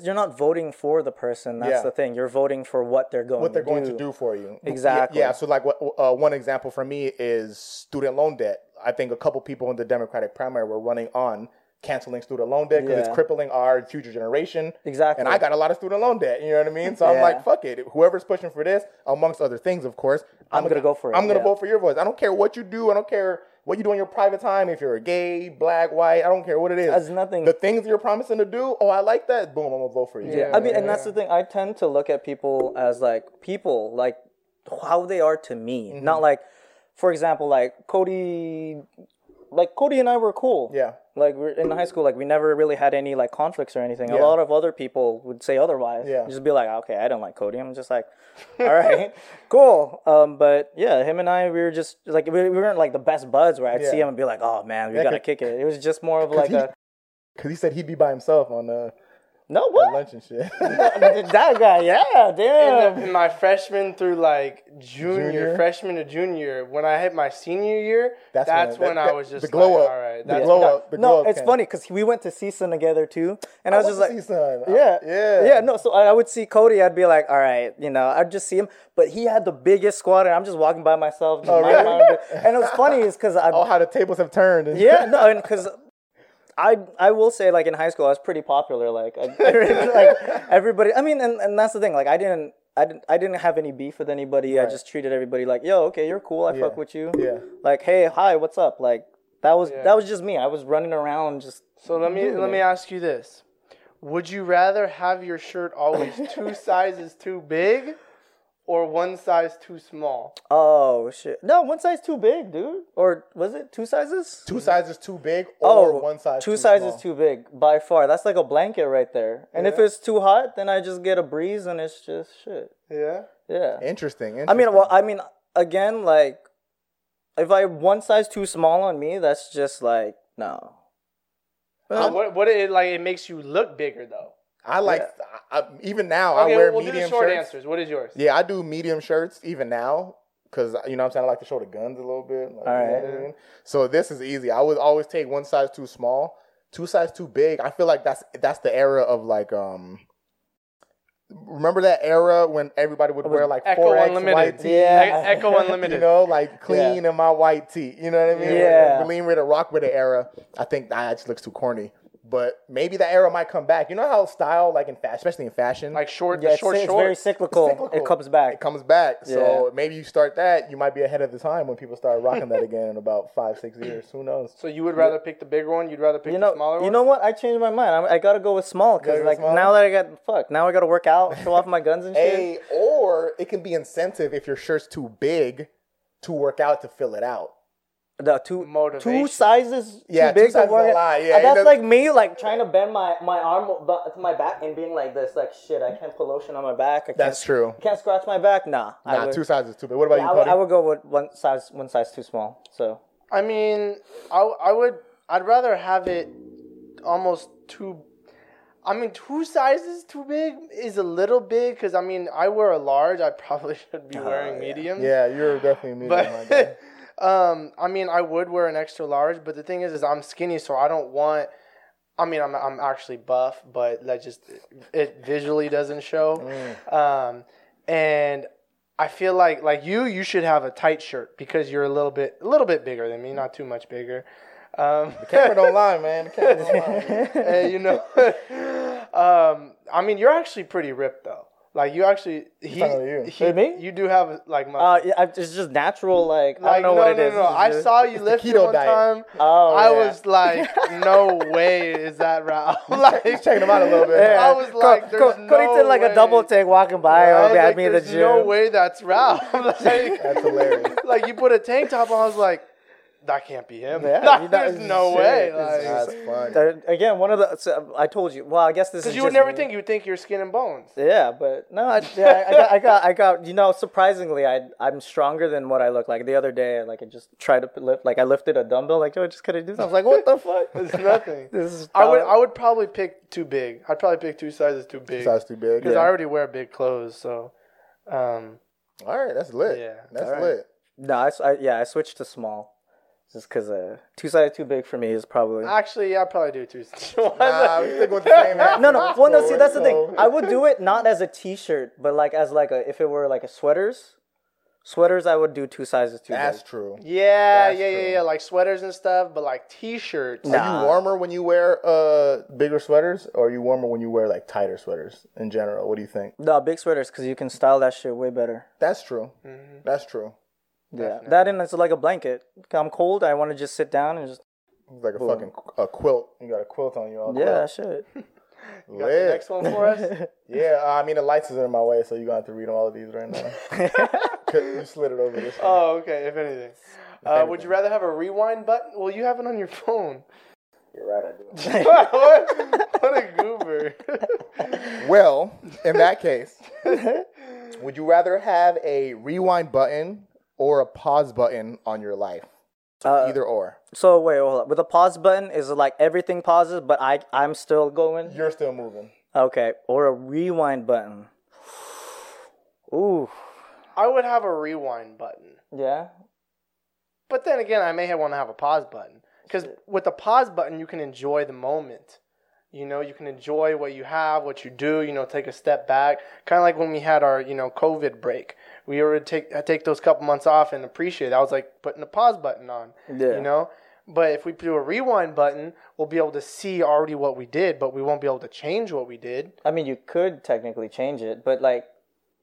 [SPEAKER 3] you're not voting for the person. That's
[SPEAKER 2] Yeah.
[SPEAKER 3] the thing. You're voting for what they're going
[SPEAKER 2] what they're
[SPEAKER 3] to
[SPEAKER 2] going
[SPEAKER 3] do.
[SPEAKER 2] to do for you.
[SPEAKER 3] Exactly.
[SPEAKER 2] Yeah. So like, what, uh, one example for me is student loan debt. I think a couple people in the Democratic primary were running on canceling student loan debt because it's
[SPEAKER 3] Yeah.
[SPEAKER 2] crippling our future generation.
[SPEAKER 3] Exactly.
[SPEAKER 2] And I got a lot of student loan debt. You know what I mean? So I'm
[SPEAKER 3] Yeah.
[SPEAKER 2] like, fuck it. Whoever's pushing for this, amongst other things, of course,
[SPEAKER 3] I'm gonna go for it,
[SPEAKER 2] I'm gonna
[SPEAKER 3] yeah.
[SPEAKER 2] vote for your voice. I don't care what you do. I don't care. What you do in your private time, if you're gay, black, white, I don't care what it is.
[SPEAKER 3] That's nothing.
[SPEAKER 2] The things you're promising to do, oh, I like that. Boom, I'm gonna vote for you.
[SPEAKER 3] Yeah, I mean, and that's the thing. I tend to look at people as like people, like how they are to me,
[SPEAKER 2] Mm-hmm.
[SPEAKER 3] not like, for example, like Cody, like Cody and I were cool.
[SPEAKER 2] Yeah.
[SPEAKER 3] Like we're in high school, like we never really had any like conflicts or anything. A lot of other people would say otherwise.
[SPEAKER 2] Yeah.
[SPEAKER 3] Just be like, "Ah, okay, I don't like Cody. I'm just like, all right, cool. Um, but yeah, him and I, we were just like we, we weren't like the best buds where I'd see
[SPEAKER 2] Yeah.
[SPEAKER 3] him and be like, oh man, we gotta
[SPEAKER 2] 'cause-
[SPEAKER 3] kick it. It was just more of like
[SPEAKER 2] he-
[SPEAKER 3] a
[SPEAKER 2] Cause he said he'd be by himself on uh,
[SPEAKER 3] no what
[SPEAKER 2] lunch and shit.
[SPEAKER 3] that guy, yeah, damn.
[SPEAKER 1] in my freshman through like junior,
[SPEAKER 2] Junior?
[SPEAKER 1] freshman to junior, when I hit my senior year, that's,
[SPEAKER 2] that-
[SPEAKER 1] when, I
[SPEAKER 2] that-
[SPEAKER 1] was just
[SPEAKER 2] the glow
[SPEAKER 1] like,
[SPEAKER 2] up,
[SPEAKER 1] all right,
[SPEAKER 2] the
[SPEAKER 1] that's
[SPEAKER 2] glow
[SPEAKER 1] when I-
[SPEAKER 2] up, the glow
[SPEAKER 3] no,
[SPEAKER 2] up.
[SPEAKER 3] it's
[SPEAKER 2] came.
[SPEAKER 3] funny because we went to CSUN together too, and I, was
[SPEAKER 2] went
[SPEAKER 3] just
[SPEAKER 2] to
[SPEAKER 3] like,
[SPEAKER 2] CSUN. I-
[SPEAKER 3] yeah,
[SPEAKER 2] yeah.
[SPEAKER 3] yeah. No, so I I would see Cody, I'd be like, all right, you know, I'd just see him, but he had the biggest squad, and I'm just walking by myself, just minding my own
[SPEAKER 2] Oh, really?
[SPEAKER 3] business. and it was funny is because I,
[SPEAKER 2] Oh, how the tables have turned. and-
[SPEAKER 3] yeah, no, and because. I, I will say like in high school I was pretty popular like I, like everybody I mean and, and that's the thing like I didn't I didn't I didn't have any beef with anybody I just treated everybody like yo okay you're cool I fuck with you
[SPEAKER 2] Yeah.
[SPEAKER 3] like hey hi what's up like that was that was just me I was running around just
[SPEAKER 1] So let me let me ask you this: Would you rather have your shirt always two sizes too big, or one size too small?
[SPEAKER 3] Oh shit! No, one size too big, dude. Or was it two sizes?
[SPEAKER 2] two sizes too big or one size
[SPEAKER 3] Oh, Two
[SPEAKER 2] too
[SPEAKER 3] sizes
[SPEAKER 2] small.
[SPEAKER 3] too big by far. That's like a blanket right there. And if it's too hot, then I just get a breeze and it's just shit.
[SPEAKER 1] Yeah.
[SPEAKER 3] Yeah.
[SPEAKER 2] Interesting.
[SPEAKER 3] I mean, well, I mean, again, like, if I one size too small on me, that's just like no.
[SPEAKER 1] Uh, what what it like? It makes you look bigger though.
[SPEAKER 2] I like I, I- even now
[SPEAKER 1] Okay,
[SPEAKER 2] I wear
[SPEAKER 1] we'll do the
[SPEAKER 2] medium
[SPEAKER 1] short
[SPEAKER 2] shirts.
[SPEAKER 1] answers. What is yours?
[SPEAKER 2] Yeah, I do medium shirts even now because you know what I'm saying I like to show the guns a little bit. All
[SPEAKER 3] Alright.
[SPEAKER 2] So this is easy. I would always take one size too small, two size too big. I feel like that's that's the era of like um. Remember that era when everybody would wear like
[SPEAKER 1] Echo
[SPEAKER 2] four X white
[SPEAKER 1] Unlimited.
[SPEAKER 2] tees?
[SPEAKER 3] Yeah.
[SPEAKER 1] E- Echo Unlimited.
[SPEAKER 2] you know, like clean in my white tee. You know what I mean?
[SPEAKER 3] Yeah.
[SPEAKER 2] Lean with a rock with an era. I think that just looks too corny. But maybe that era might come back. You know how style, like in fashion, especially in fashion,
[SPEAKER 1] Like short,
[SPEAKER 3] Yeah,
[SPEAKER 1] the
[SPEAKER 3] it's,
[SPEAKER 1] short,
[SPEAKER 3] it's
[SPEAKER 1] short.
[SPEAKER 3] very cyclical. It
[SPEAKER 2] cyclical.
[SPEAKER 3] comes back.
[SPEAKER 2] it comes back.
[SPEAKER 3] Yeah.
[SPEAKER 2] So maybe you start that, you might be ahead of the time when people start rocking that again in about five, six years. Who knows?
[SPEAKER 1] so you would rather pick the bigger one. You'd rather pick
[SPEAKER 3] you know,
[SPEAKER 1] the smaller
[SPEAKER 3] you
[SPEAKER 1] one.
[SPEAKER 3] know what? I changed my mind. I'm, I gotta go with small because
[SPEAKER 2] go
[SPEAKER 3] like
[SPEAKER 2] small?
[SPEAKER 3] now that I got fuck, now I gotta work out, show off my guns and shit.
[SPEAKER 2] A or it can be incentive if your shirt's too big to work out to fill it out.
[SPEAKER 3] The two
[SPEAKER 1] Motivation.
[SPEAKER 3] two sizes
[SPEAKER 2] Yeah,
[SPEAKER 3] too big
[SPEAKER 2] two sizes
[SPEAKER 3] to work
[SPEAKER 2] a
[SPEAKER 3] out.
[SPEAKER 2] lot, yeah,
[SPEAKER 3] Uh,
[SPEAKER 2] it
[SPEAKER 3] that's
[SPEAKER 2] does-
[SPEAKER 3] like me like trying to bend my my arm o- bu- to my back and being like this, like shit. I can't put lotion on my back. I can't,
[SPEAKER 2] That's true.
[SPEAKER 3] Can't scratch my back. Nah, I
[SPEAKER 2] Nah,
[SPEAKER 3] would,
[SPEAKER 2] two sizes too big. What about
[SPEAKER 3] I
[SPEAKER 2] you,
[SPEAKER 3] would,
[SPEAKER 2] Cody?
[SPEAKER 3] I would go with one size one size too small. So
[SPEAKER 1] I mean, I, I would. I'd rather have it almost too. I mean, two sizes too big is a little big because I mean, I wear a large. I probably should be wearing medium.
[SPEAKER 2] yeah, you're definitely a medium. I guess.
[SPEAKER 1] But um, I mean, I would wear an extra large, but the thing is, is I'm skinny, so I don't want. I mean, I'm I'm actually buff, but that just it visually doesn't show.
[SPEAKER 3] Mm.
[SPEAKER 1] Um, and I feel like like you, you should have a tight shirt because you're a little bit a little bit bigger than me, not too much bigger. Um,
[SPEAKER 2] camera don't lie, man. The camera don't lie.
[SPEAKER 1] and, you know, um, I mean, you're actually pretty ripped though. Like you actually, he,
[SPEAKER 2] talking about you.
[SPEAKER 1] he
[SPEAKER 3] Wait, me?
[SPEAKER 1] you do have like muscle.
[SPEAKER 3] uh, yeah, I, it's just natural. Like, I don't know
[SPEAKER 1] no,
[SPEAKER 3] what it
[SPEAKER 1] no,
[SPEAKER 3] is.
[SPEAKER 1] No,
[SPEAKER 3] It's
[SPEAKER 1] I
[SPEAKER 3] just-
[SPEAKER 1] saw you lift
[SPEAKER 2] keto
[SPEAKER 1] one
[SPEAKER 2] diet.
[SPEAKER 1] time.
[SPEAKER 3] Oh,
[SPEAKER 1] I
[SPEAKER 3] yeah.
[SPEAKER 1] was like, no way is that right. I'm like,
[SPEAKER 2] He's checking them out a little bit. Oh,
[SPEAKER 1] Yeah. I
[SPEAKER 2] huh?
[SPEAKER 1] was like, there's
[SPEAKER 3] Cody did
[SPEAKER 1] no
[SPEAKER 3] like
[SPEAKER 1] way.
[SPEAKER 3] a double take walking by
[SPEAKER 1] I
[SPEAKER 3] or
[SPEAKER 1] was like,
[SPEAKER 3] at me in the
[SPEAKER 1] there's
[SPEAKER 3] gym.
[SPEAKER 1] no way that's Ralph. Like,
[SPEAKER 2] That's hilarious.
[SPEAKER 1] like you put a tank top on. I was like, that can't be him.
[SPEAKER 3] Yeah,
[SPEAKER 1] Like,
[SPEAKER 3] you-
[SPEAKER 1] there's
[SPEAKER 3] that-
[SPEAKER 1] no
[SPEAKER 3] shit,
[SPEAKER 1] way.
[SPEAKER 3] it's
[SPEAKER 1] Like,
[SPEAKER 2] That's fun.
[SPEAKER 3] Uh, again, one of the so I told you. Well, I guess this is
[SPEAKER 1] because you would
[SPEAKER 3] just
[SPEAKER 1] never
[SPEAKER 3] me.
[SPEAKER 1] think. You would think you're skin and bones.
[SPEAKER 3] Yeah, but no, I, yeah, I got, I got, I got. You know, surprisingly, I I'm stronger than what I look like. The other day, like I just tried to lift, like I lifted a dumbbell, like yo, I just couldn't do something. I was like, what the fuck?
[SPEAKER 1] It's nothing.
[SPEAKER 3] This is
[SPEAKER 1] I would.
[SPEAKER 3] dumb.
[SPEAKER 1] I would probably pick too big. I'd probably pick two sizes too big.
[SPEAKER 2] Size too big.
[SPEAKER 1] Because I already wear big clothes, so. Um,
[SPEAKER 2] All right, that's lit.
[SPEAKER 1] Yeah.
[SPEAKER 2] that's
[SPEAKER 1] All right.
[SPEAKER 2] lit.
[SPEAKER 3] No, I, s- I- yeah, I switched to small, just because uh, two sided too big for me is probably.
[SPEAKER 1] actually, yeah, I probably do two.
[SPEAKER 2] Nah, we sticking with the same. answer.
[SPEAKER 3] No, no. Well, no. See, that's the
[SPEAKER 2] So-
[SPEAKER 3] thing. I would do it not as a T-shirt, but like as like a if it were like a sweaters, sweaters. I would do two sizes too
[SPEAKER 2] That's
[SPEAKER 3] big.
[SPEAKER 2] true.
[SPEAKER 1] Yeah,
[SPEAKER 2] That's
[SPEAKER 1] yeah, yeah,
[SPEAKER 2] true.
[SPEAKER 1] yeah. Like sweaters and stuff, but like t-shirts.
[SPEAKER 2] Are you warmer when you wear uh bigger sweaters, or are you warmer when you wear like tighter sweaters in general? What do you think?
[SPEAKER 3] No, big sweaters because you can style that shit way better.
[SPEAKER 2] That's true.
[SPEAKER 1] Mm-hmm.
[SPEAKER 2] That's true.
[SPEAKER 3] Yeah, that and it's like a blanket. I'm cold. I want to just sit down and just
[SPEAKER 2] It's like a fucking qu- a quilt. You got a quilt on you all.
[SPEAKER 3] yeah, that shit.
[SPEAKER 1] Got the
[SPEAKER 2] Lit.
[SPEAKER 1] next one for us.
[SPEAKER 2] Yeah, uh, I mean the lights is in my way, so you're gonna have to read all of these right now. 'Cause you slid it over this. one.
[SPEAKER 1] oh, okay. If anything, uh, would you rather have a rewind button? Well, you have it on your phone.
[SPEAKER 2] You're right, I do.
[SPEAKER 1] what? what a goober.
[SPEAKER 2] Well, in that case, would you rather have a rewind button or a pause button on your life?
[SPEAKER 3] Uh,
[SPEAKER 2] Either or.
[SPEAKER 3] So wait, hold up. With a pause button, is it like everything pauses, but I I'm still going?
[SPEAKER 2] You're still moving.
[SPEAKER 3] Okay, or a rewind button. Ooh,
[SPEAKER 1] I would have a rewind button,
[SPEAKER 3] yeah.
[SPEAKER 1] but then again, I may want to have a pause button because with the pause button, you can enjoy the moment. You know, you can enjoy what you have, what you do. You know, take a step back, kind of like when we had our you know COVID break. We were to take I take those couple months off and appreciate. It. I was like putting the pause button on.
[SPEAKER 3] Yeah.
[SPEAKER 1] You know, but if we do a rewind button, we'll be able to see already what we did, but we won't be able to change what we did.
[SPEAKER 3] I mean, you could technically change it, but like,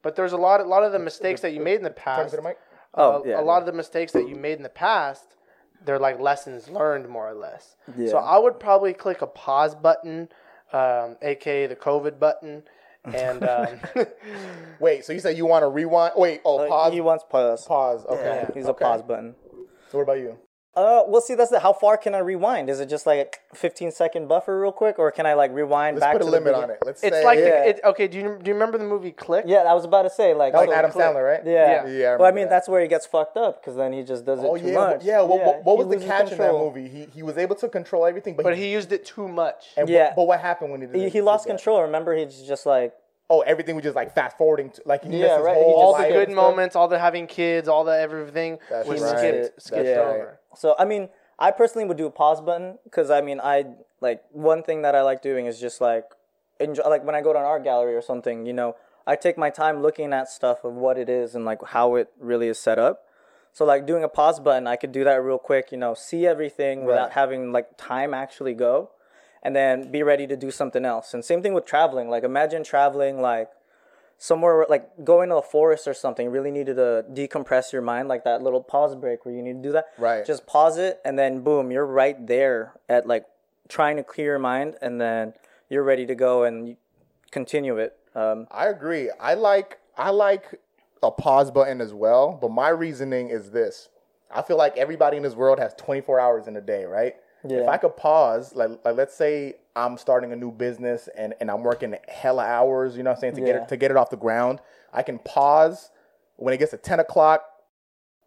[SPEAKER 1] But there's a lot, a lot of the mistakes that you made in the
[SPEAKER 2] Talk
[SPEAKER 1] past.
[SPEAKER 2] to the mic.
[SPEAKER 3] oh
[SPEAKER 1] a,
[SPEAKER 3] yeah,
[SPEAKER 1] a lot of the mistakes that you made in the past, they're like lessons learned, more or less.
[SPEAKER 3] Yeah.
[SPEAKER 1] So I would probably click a pause button, um, aka the COVID button, and um,
[SPEAKER 2] Wait, so you said you want to rewind? Wait, oh, pause.
[SPEAKER 3] He wants pause.
[SPEAKER 2] pause. Okay.
[SPEAKER 3] Uh, Yeah, he's a pause button.
[SPEAKER 2] So what about you?
[SPEAKER 3] Uh, well, see, that's the, how far can I rewind? Is it just like a 15 second buffer, real quick, or can I like rewind
[SPEAKER 2] Let's
[SPEAKER 3] back
[SPEAKER 2] put a
[SPEAKER 3] to
[SPEAKER 2] limit
[SPEAKER 3] the
[SPEAKER 2] on it. Let's
[SPEAKER 1] it's
[SPEAKER 2] say
[SPEAKER 1] like
[SPEAKER 3] Yeah.
[SPEAKER 1] the, it, okay. Do you do you remember the movie Click?
[SPEAKER 3] Yeah, I was about to say like,
[SPEAKER 2] like
[SPEAKER 3] so
[SPEAKER 2] Adam
[SPEAKER 3] click.
[SPEAKER 2] Sandler, right?
[SPEAKER 3] Yeah.
[SPEAKER 2] Yeah, I
[SPEAKER 3] well, I
[SPEAKER 2] remember
[SPEAKER 3] mean,
[SPEAKER 2] that.
[SPEAKER 3] that's where he gets fucked up because then he just does it
[SPEAKER 2] Oh
[SPEAKER 3] too
[SPEAKER 2] yeah,
[SPEAKER 3] much.
[SPEAKER 2] wh- yeah. What, what, what
[SPEAKER 3] he
[SPEAKER 2] was the
[SPEAKER 3] loses
[SPEAKER 2] catch
[SPEAKER 3] control.
[SPEAKER 2] in that movie? He he was able to control everything, but,
[SPEAKER 1] But
[SPEAKER 2] he,
[SPEAKER 1] he used it too much.
[SPEAKER 2] and wh-
[SPEAKER 3] Yeah.
[SPEAKER 2] But what happened when he did
[SPEAKER 3] He,
[SPEAKER 2] it?
[SPEAKER 3] he lost
[SPEAKER 2] Did that?
[SPEAKER 3] control. Remember, he's just like,
[SPEAKER 2] Oh, everything was just like fast forwarding. To, like he missed
[SPEAKER 3] Yeah,
[SPEAKER 2] his
[SPEAKER 3] right, he
[SPEAKER 2] whole
[SPEAKER 3] just
[SPEAKER 1] all the
[SPEAKER 2] life.
[SPEAKER 3] skipped
[SPEAKER 1] good moments, all the having kids, all the everything
[SPEAKER 2] That's
[SPEAKER 1] was
[SPEAKER 2] right.
[SPEAKER 1] skipped,
[SPEAKER 2] That's
[SPEAKER 1] skipped
[SPEAKER 3] right.
[SPEAKER 1] over.
[SPEAKER 3] so I mean, I personally would do a pause button because I mean, I like one thing that I like doing is just like enjoy. Like when I go to an art gallery or something, you know, I take my time looking at stuff of what it is and like how it really is set up. So like doing a pause button, I could do that real quick, you know, see everything without having like time actually go. and then be ready to do something else. And same thing with traveling. Like imagine traveling like somewhere like going to a forest or something. You really needed to decompress your mind, like that little pause break where you need to do that.
[SPEAKER 2] Right.
[SPEAKER 3] Just pause it and then boom, you're right there at like trying to clear your mind and then you're ready to go and you continue it. Um,
[SPEAKER 2] I agree. I like I like a pause button as well, but my reasoning is this. I feel like everybody in this world has 24 hours in a day, right? If
[SPEAKER 3] Yeah.
[SPEAKER 2] I could pause, like, like let's say I'm starting a new business and, and I'm working hella hours, you know what I'm saying, to get
[SPEAKER 3] Yeah.
[SPEAKER 2] it to get it off the ground, I can pause when it gets to 10 o'clock.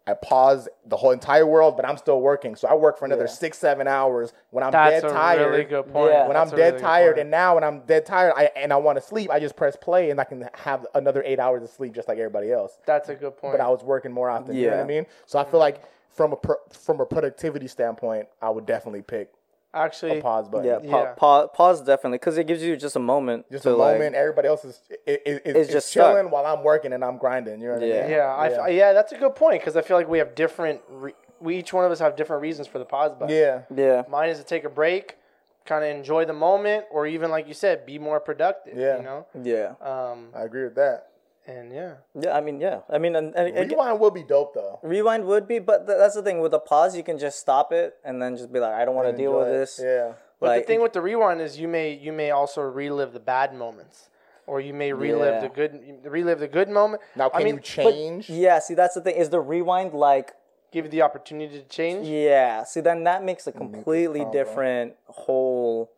[SPEAKER 2] I pause the whole entire world, but I'm still working. So I work for another
[SPEAKER 3] Yeah.
[SPEAKER 2] six, seven hours when I'm
[SPEAKER 1] That's
[SPEAKER 2] dead
[SPEAKER 1] a
[SPEAKER 2] tired
[SPEAKER 1] really good point.
[SPEAKER 3] Yeah.
[SPEAKER 2] when
[SPEAKER 1] That's
[SPEAKER 2] I'm
[SPEAKER 1] a
[SPEAKER 2] dead
[SPEAKER 1] really good
[SPEAKER 2] tired,
[SPEAKER 1] point.
[SPEAKER 2] and now when I'm dead tired, I and I want to sleep, I just press play, and I can have another eight hours of sleep just like everybody else.
[SPEAKER 1] that's a good point.
[SPEAKER 2] But I was working more often. You know what I
[SPEAKER 3] Yeah.
[SPEAKER 2] mean? So I feel like from a pro, from a productivity standpoint, I would definitely pick
[SPEAKER 1] Actually,
[SPEAKER 2] a pause button.
[SPEAKER 3] yeah, pa-
[SPEAKER 1] Yeah.
[SPEAKER 3] pa- pause definitely because it gives you just a moment.
[SPEAKER 2] Just
[SPEAKER 3] to,
[SPEAKER 2] a
[SPEAKER 3] like-
[SPEAKER 2] moment. Everybody else is is, is, is
[SPEAKER 3] just stuck.
[SPEAKER 2] chilling while I'm working and I'm grinding. You know what I
[SPEAKER 3] Yeah.
[SPEAKER 2] mean?
[SPEAKER 1] yeah, I f yeah. that's a good point because I feel like we have different. Re- we each one of us have different reasons for the pause button.
[SPEAKER 2] Yeah.
[SPEAKER 3] yeah.
[SPEAKER 1] Mine is to take a break, kind of enjoy the moment, or even like you said, be more productive.
[SPEAKER 2] Yeah.
[SPEAKER 1] You know.
[SPEAKER 3] Yeah.
[SPEAKER 1] Um.
[SPEAKER 2] I agree with that.
[SPEAKER 1] And yeah.
[SPEAKER 3] Yeah. I mean, yeah. I mean, and, and, and
[SPEAKER 2] Rewind would be dope though.
[SPEAKER 3] rewind would be, but th- that's the thing with a pause, you can just stop it and then just be like, I don't want to deal
[SPEAKER 2] Enjoy
[SPEAKER 3] with
[SPEAKER 2] it.
[SPEAKER 3] this.
[SPEAKER 2] Yeah.
[SPEAKER 1] But
[SPEAKER 3] Like,
[SPEAKER 1] the thing with the rewind is you may you may also relive the bad moments, or you may relive
[SPEAKER 3] Yeah.
[SPEAKER 1] the good relive the good moment.
[SPEAKER 2] Now can
[SPEAKER 1] I mean,
[SPEAKER 2] you change?
[SPEAKER 3] yeah. See, that's the thing is the rewind like
[SPEAKER 1] give you the opportunity to change?
[SPEAKER 3] Yeah. See, then that makes a completely different whole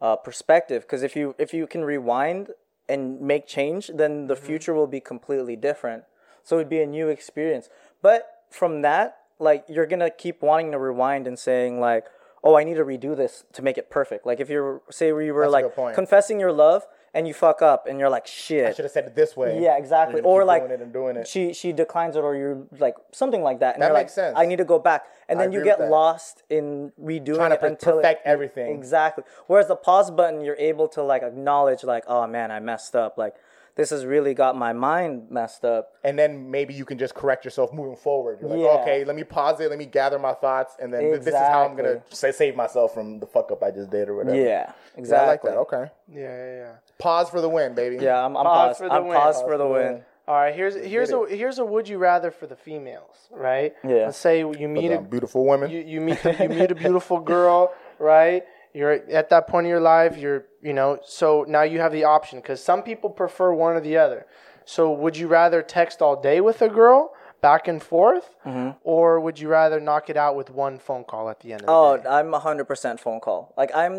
[SPEAKER 3] uh, perspective. Because if you if you can rewind and make change, then
[SPEAKER 2] Mm-hmm.
[SPEAKER 3] the future will be completely different. So it'd be a new experience. But from that, like you're gonna keep wanting to rewind and saying like, "Oh, I need to redo this to make it perfect." Like if you're say we were
[SPEAKER 2] That's a good
[SPEAKER 3] like
[SPEAKER 2] point.
[SPEAKER 3] confessing your love and you fuck up and you're like, "Shit."
[SPEAKER 2] Should have said it this way.
[SPEAKER 3] Yeah, exactly.
[SPEAKER 2] You're gonna
[SPEAKER 3] Or
[SPEAKER 2] keep
[SPEAKER 3] like
[SPEAKER 2] doing it and doing it.
[SPEAKER 3] she she declines it, or you're like something like that. And
[SPEAKER 2] That
[SPEAKER 3] you're
[SPEAKER 2] makes
[SPEAKER 3] like,
[SPEAKER 2] sense.
[SPEAKER 3] I need to go back, and
[SPEAKER 2] I
[SPEAKER 3] then you
[SPEAKER 2] agree with
[SPEAKER 3] get
[SPEAKER 2] that.
[SPEAKER 3] lost in redoing
[SPEAKER 2] Trying to
[SPEAKER 3] it
[SPEAKER 2] per-
[SPEAKER 3] until it-
[SPEAKER 2] perfect everything.
[SPEAKER 3] Exactly. Whereas the pause button, you're able to like acknowledge, like, oh man, I messed up. Like this has really got my mind messed up.
[SPEAKER 2] and then maybe you can just correct yourself moving forward. You're like,
[SPEAKER 3] Yeah.
[SPEAKER 2] okay, let me pause it, let me gather my thoughts, and then th- this is how I'm gonna sa- save myself from the fuck up I just did or whatever.
[SPEAKER 3] Yeah,
[SPEAKER 2] Yeah, I like
[SPEAKER 3] exactly.
[SPEAKER 2] that. Okay,
[SPEAKER 1] Yeah, yeah, yeah.
[SPEAKER 2] pause for the win, baby.
[SPEAKER 3] Yeah, I'm, I'm
[SPEAKER 1] Pause
[SPEAKER 3] paused.
[SPEAKER 1] for the
[SPEAKER 3] I'm
[SPEAKER 1] win.
[SPEAKER 3] paused
[SPEAKER 1] Pause
[SPEAKER 3] for the win.
[SPEAKER 1] All right, here's here's a here's a would you rather for the females, right?
[SPEAKER 3] Yeah.
[SPEAKER 1] Let's say you meet
[SPEAKER 2] Dumb,
[SPEAKER 1] a
[SPEAKER 2] beautiful women.
[SPEAKER 1] you, you meet you meet a beautiful girl, right? You're at that point in your life. You're you know so now you have the option because some people prefer one or the other. So would you rather text all day with a girl back and forth,
[SPEAKER 3] Mm-hmm.
[SPEAKER 1] or would you rather knock it out with one phone call at the end of the
[SPEAKER 3] Oh,
[SPEAKER 1] day?
[SPEAKER 3] I'm 100% phone call. Like I'm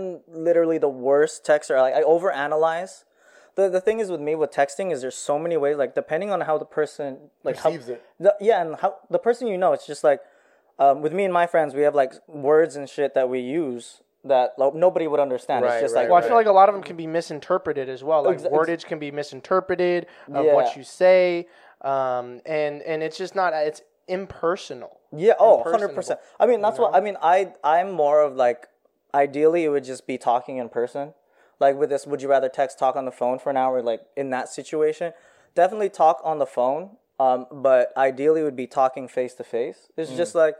[SPEAKER 3] literally the worst texter. Like I overanalyze. The the thing is with me with texting is there's so many ways like depending on how the person like how-
[SPEAKER 2] Perceives it.
[SPEAKER 3] the- yeah, and how the person you know it's just like um, with me and my friends we have like words and shit that we use that like, nobody would understand.
[SPEAKER 2] Right,
[SPEAKER 3] it's just
[SPEAKER 2] right,
[SPEAKER 3] like
[SPEAKER 1] Well, I feel like a lot of them can be misinterpreted as well. Like
[SPEAKER 3] Exa- ex-
[SPEAKER 1] wordage can be misinterpreted of what
[SPEAKER 3] Yeah.
[SPEAKER 1] you say, um, and and it's just not it's impersonal.
[SPEAKER 3] Yeah, oh,
[SPEAKER 1] personable,
[SPEAKER 3] 100%. I mean, that's what I mean, I I'm more of like ideally it would just be talking in person. Like with this would you rather text talk on the phone for an hour like in that situation? Definitely talk on the phone. Um but ideally would be talking face to face. It's just like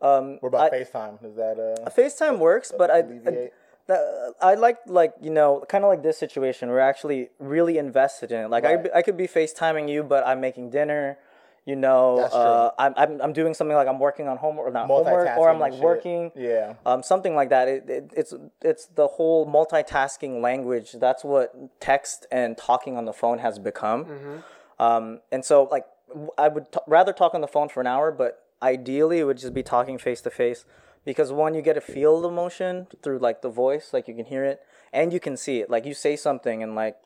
[SPEAKER 3] um
[SPEAKER 2] What about
[SPEAKER 3] I-
[SPEAKER 2] FaceTime? Is that uh?
[SPEAKER 3] FaceTime works, but I, I
[SPEAKER 2] alleviate.
[SPEAKER 3] that, I like like you know kind of like this situation. We're actually really invested in it. Like I
[SPEAKER 2] Right.
[SPEAKER 3] I, I could be FaceTiming you, but I'm making dinner. You know,
[SPEAKER 2] That's
[SPEAKER 3] uh, I'm, I'm I'm doing something like I'm working on homework or not homework, or
[SPEAKER 2] Multitasking
[SPEAKER 3] I'm like
[SPEAKER 2] and shit.
[SPEAKER 3] working.
[SPEAKER 2] Yeah.
[SPEAKER 3] Um, something like that. It, it, it's it's the whole multitasking language. That's what text and talking on the phone has become.
[SPEAKER 2] Mm-hmm.
[SPEAKER 3] Um, and so like w- I would t- rather talk on the phone for an hour, but ideally it would just be talking face to face because one, you get to feel the emotion through like the voice, like you can hear it and you can see it. Like you say something and like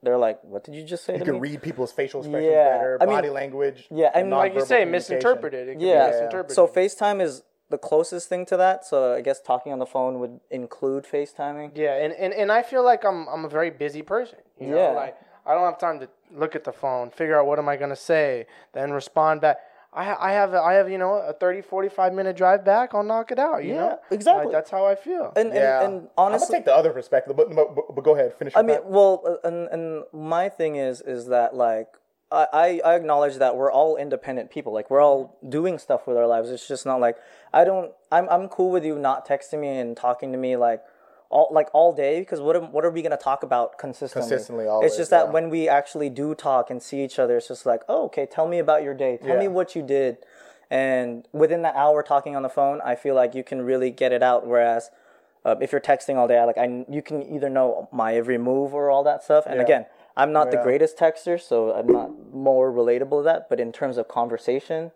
[SPEAKER 3] they're like, "What did you just say?"
[SPEAKER 2] You
[SPEAKER 3] to
[SPEAKER 2] can
[SPEAKER 3] me?
[SPEAKER 2] read people's facial expressions
[SPEAKER 3] Yeah.
[SPEAKER 2] better,
[SPEAKER 3] I mean-
[SPEAKER 2] body language.
[SPEAKER 3] Yeah, I mean,
[SPEAKER 1] Like you
[SPEAKER 2] nonverbal
[SPEAKER 1] say,
[SPEAKER 2] communication.
[SPEAKER 1] misinterpreted. It can
[SPEAKER 3] Yeah.
[SPEAKER 1] be misinterpreted.
[SPEAKER 3] So FaceTime is the closest thing to that. So I guess talking on the phone would include FaceTiming.
[SPEAKER 1] yeah, and, and and I feel like I'm I'm a very busy person. You know?
[SPEAKER 3] Yeah.
[SPEAKER 1] Like I don't have time to look at the phone, figure out what am I gonna say, then respond back. I, ha- I have I have you know a 30 45 minute drive back I'll knock it out you
[SPEAKER 3] Yeah,
[SPEAKER 1] know Like,
[SPEAKER 3] exactly.
[SPEAKER 1] that's how I feel
[SPEAKER 3] And, and,
[SPEAKER 2] Yeah.
[SPEAKER 3] and
[SPEAKER 2] I'm
[SPEAKER 3] honestly,
[SPEAKER 2] gonna take the other perspective, but but, but go ahead, finish. your
[SPEAKER 3] I mean,
[SPEAKER 2] thought.
[SPEAKER 3] well, uh, and and my thing is is that like I, I I acknowledge that we're all independent people. Like we're all doing stuff with our lives. It's just not like I don't. I'm I'm cool with you not texting me and talking to me like all like all day because what am, what are we gonna talk about consistently?
[SPEAKER 2] Consistently,
[SPEAKER 3] It's
[SPEAKER 2] always,
[SPEAKER 3] just that
[SPEAKER 2] yeah.
[SPEAKER 3] when we actually do talk and see each other, it's just like, oh, okay, tell me about your day. Tell me
[SPEAKER 2] Yeah.
[SPEAKER 3] what you did. And within that hour talking on the phone, I feel like you can really get it out. Whereas uh, if you're texting all day, I, like I you can either know my every move or all that stuff. And again, I'm not the greatest texter, so I'm not more relatable to that. But in terms of conversation,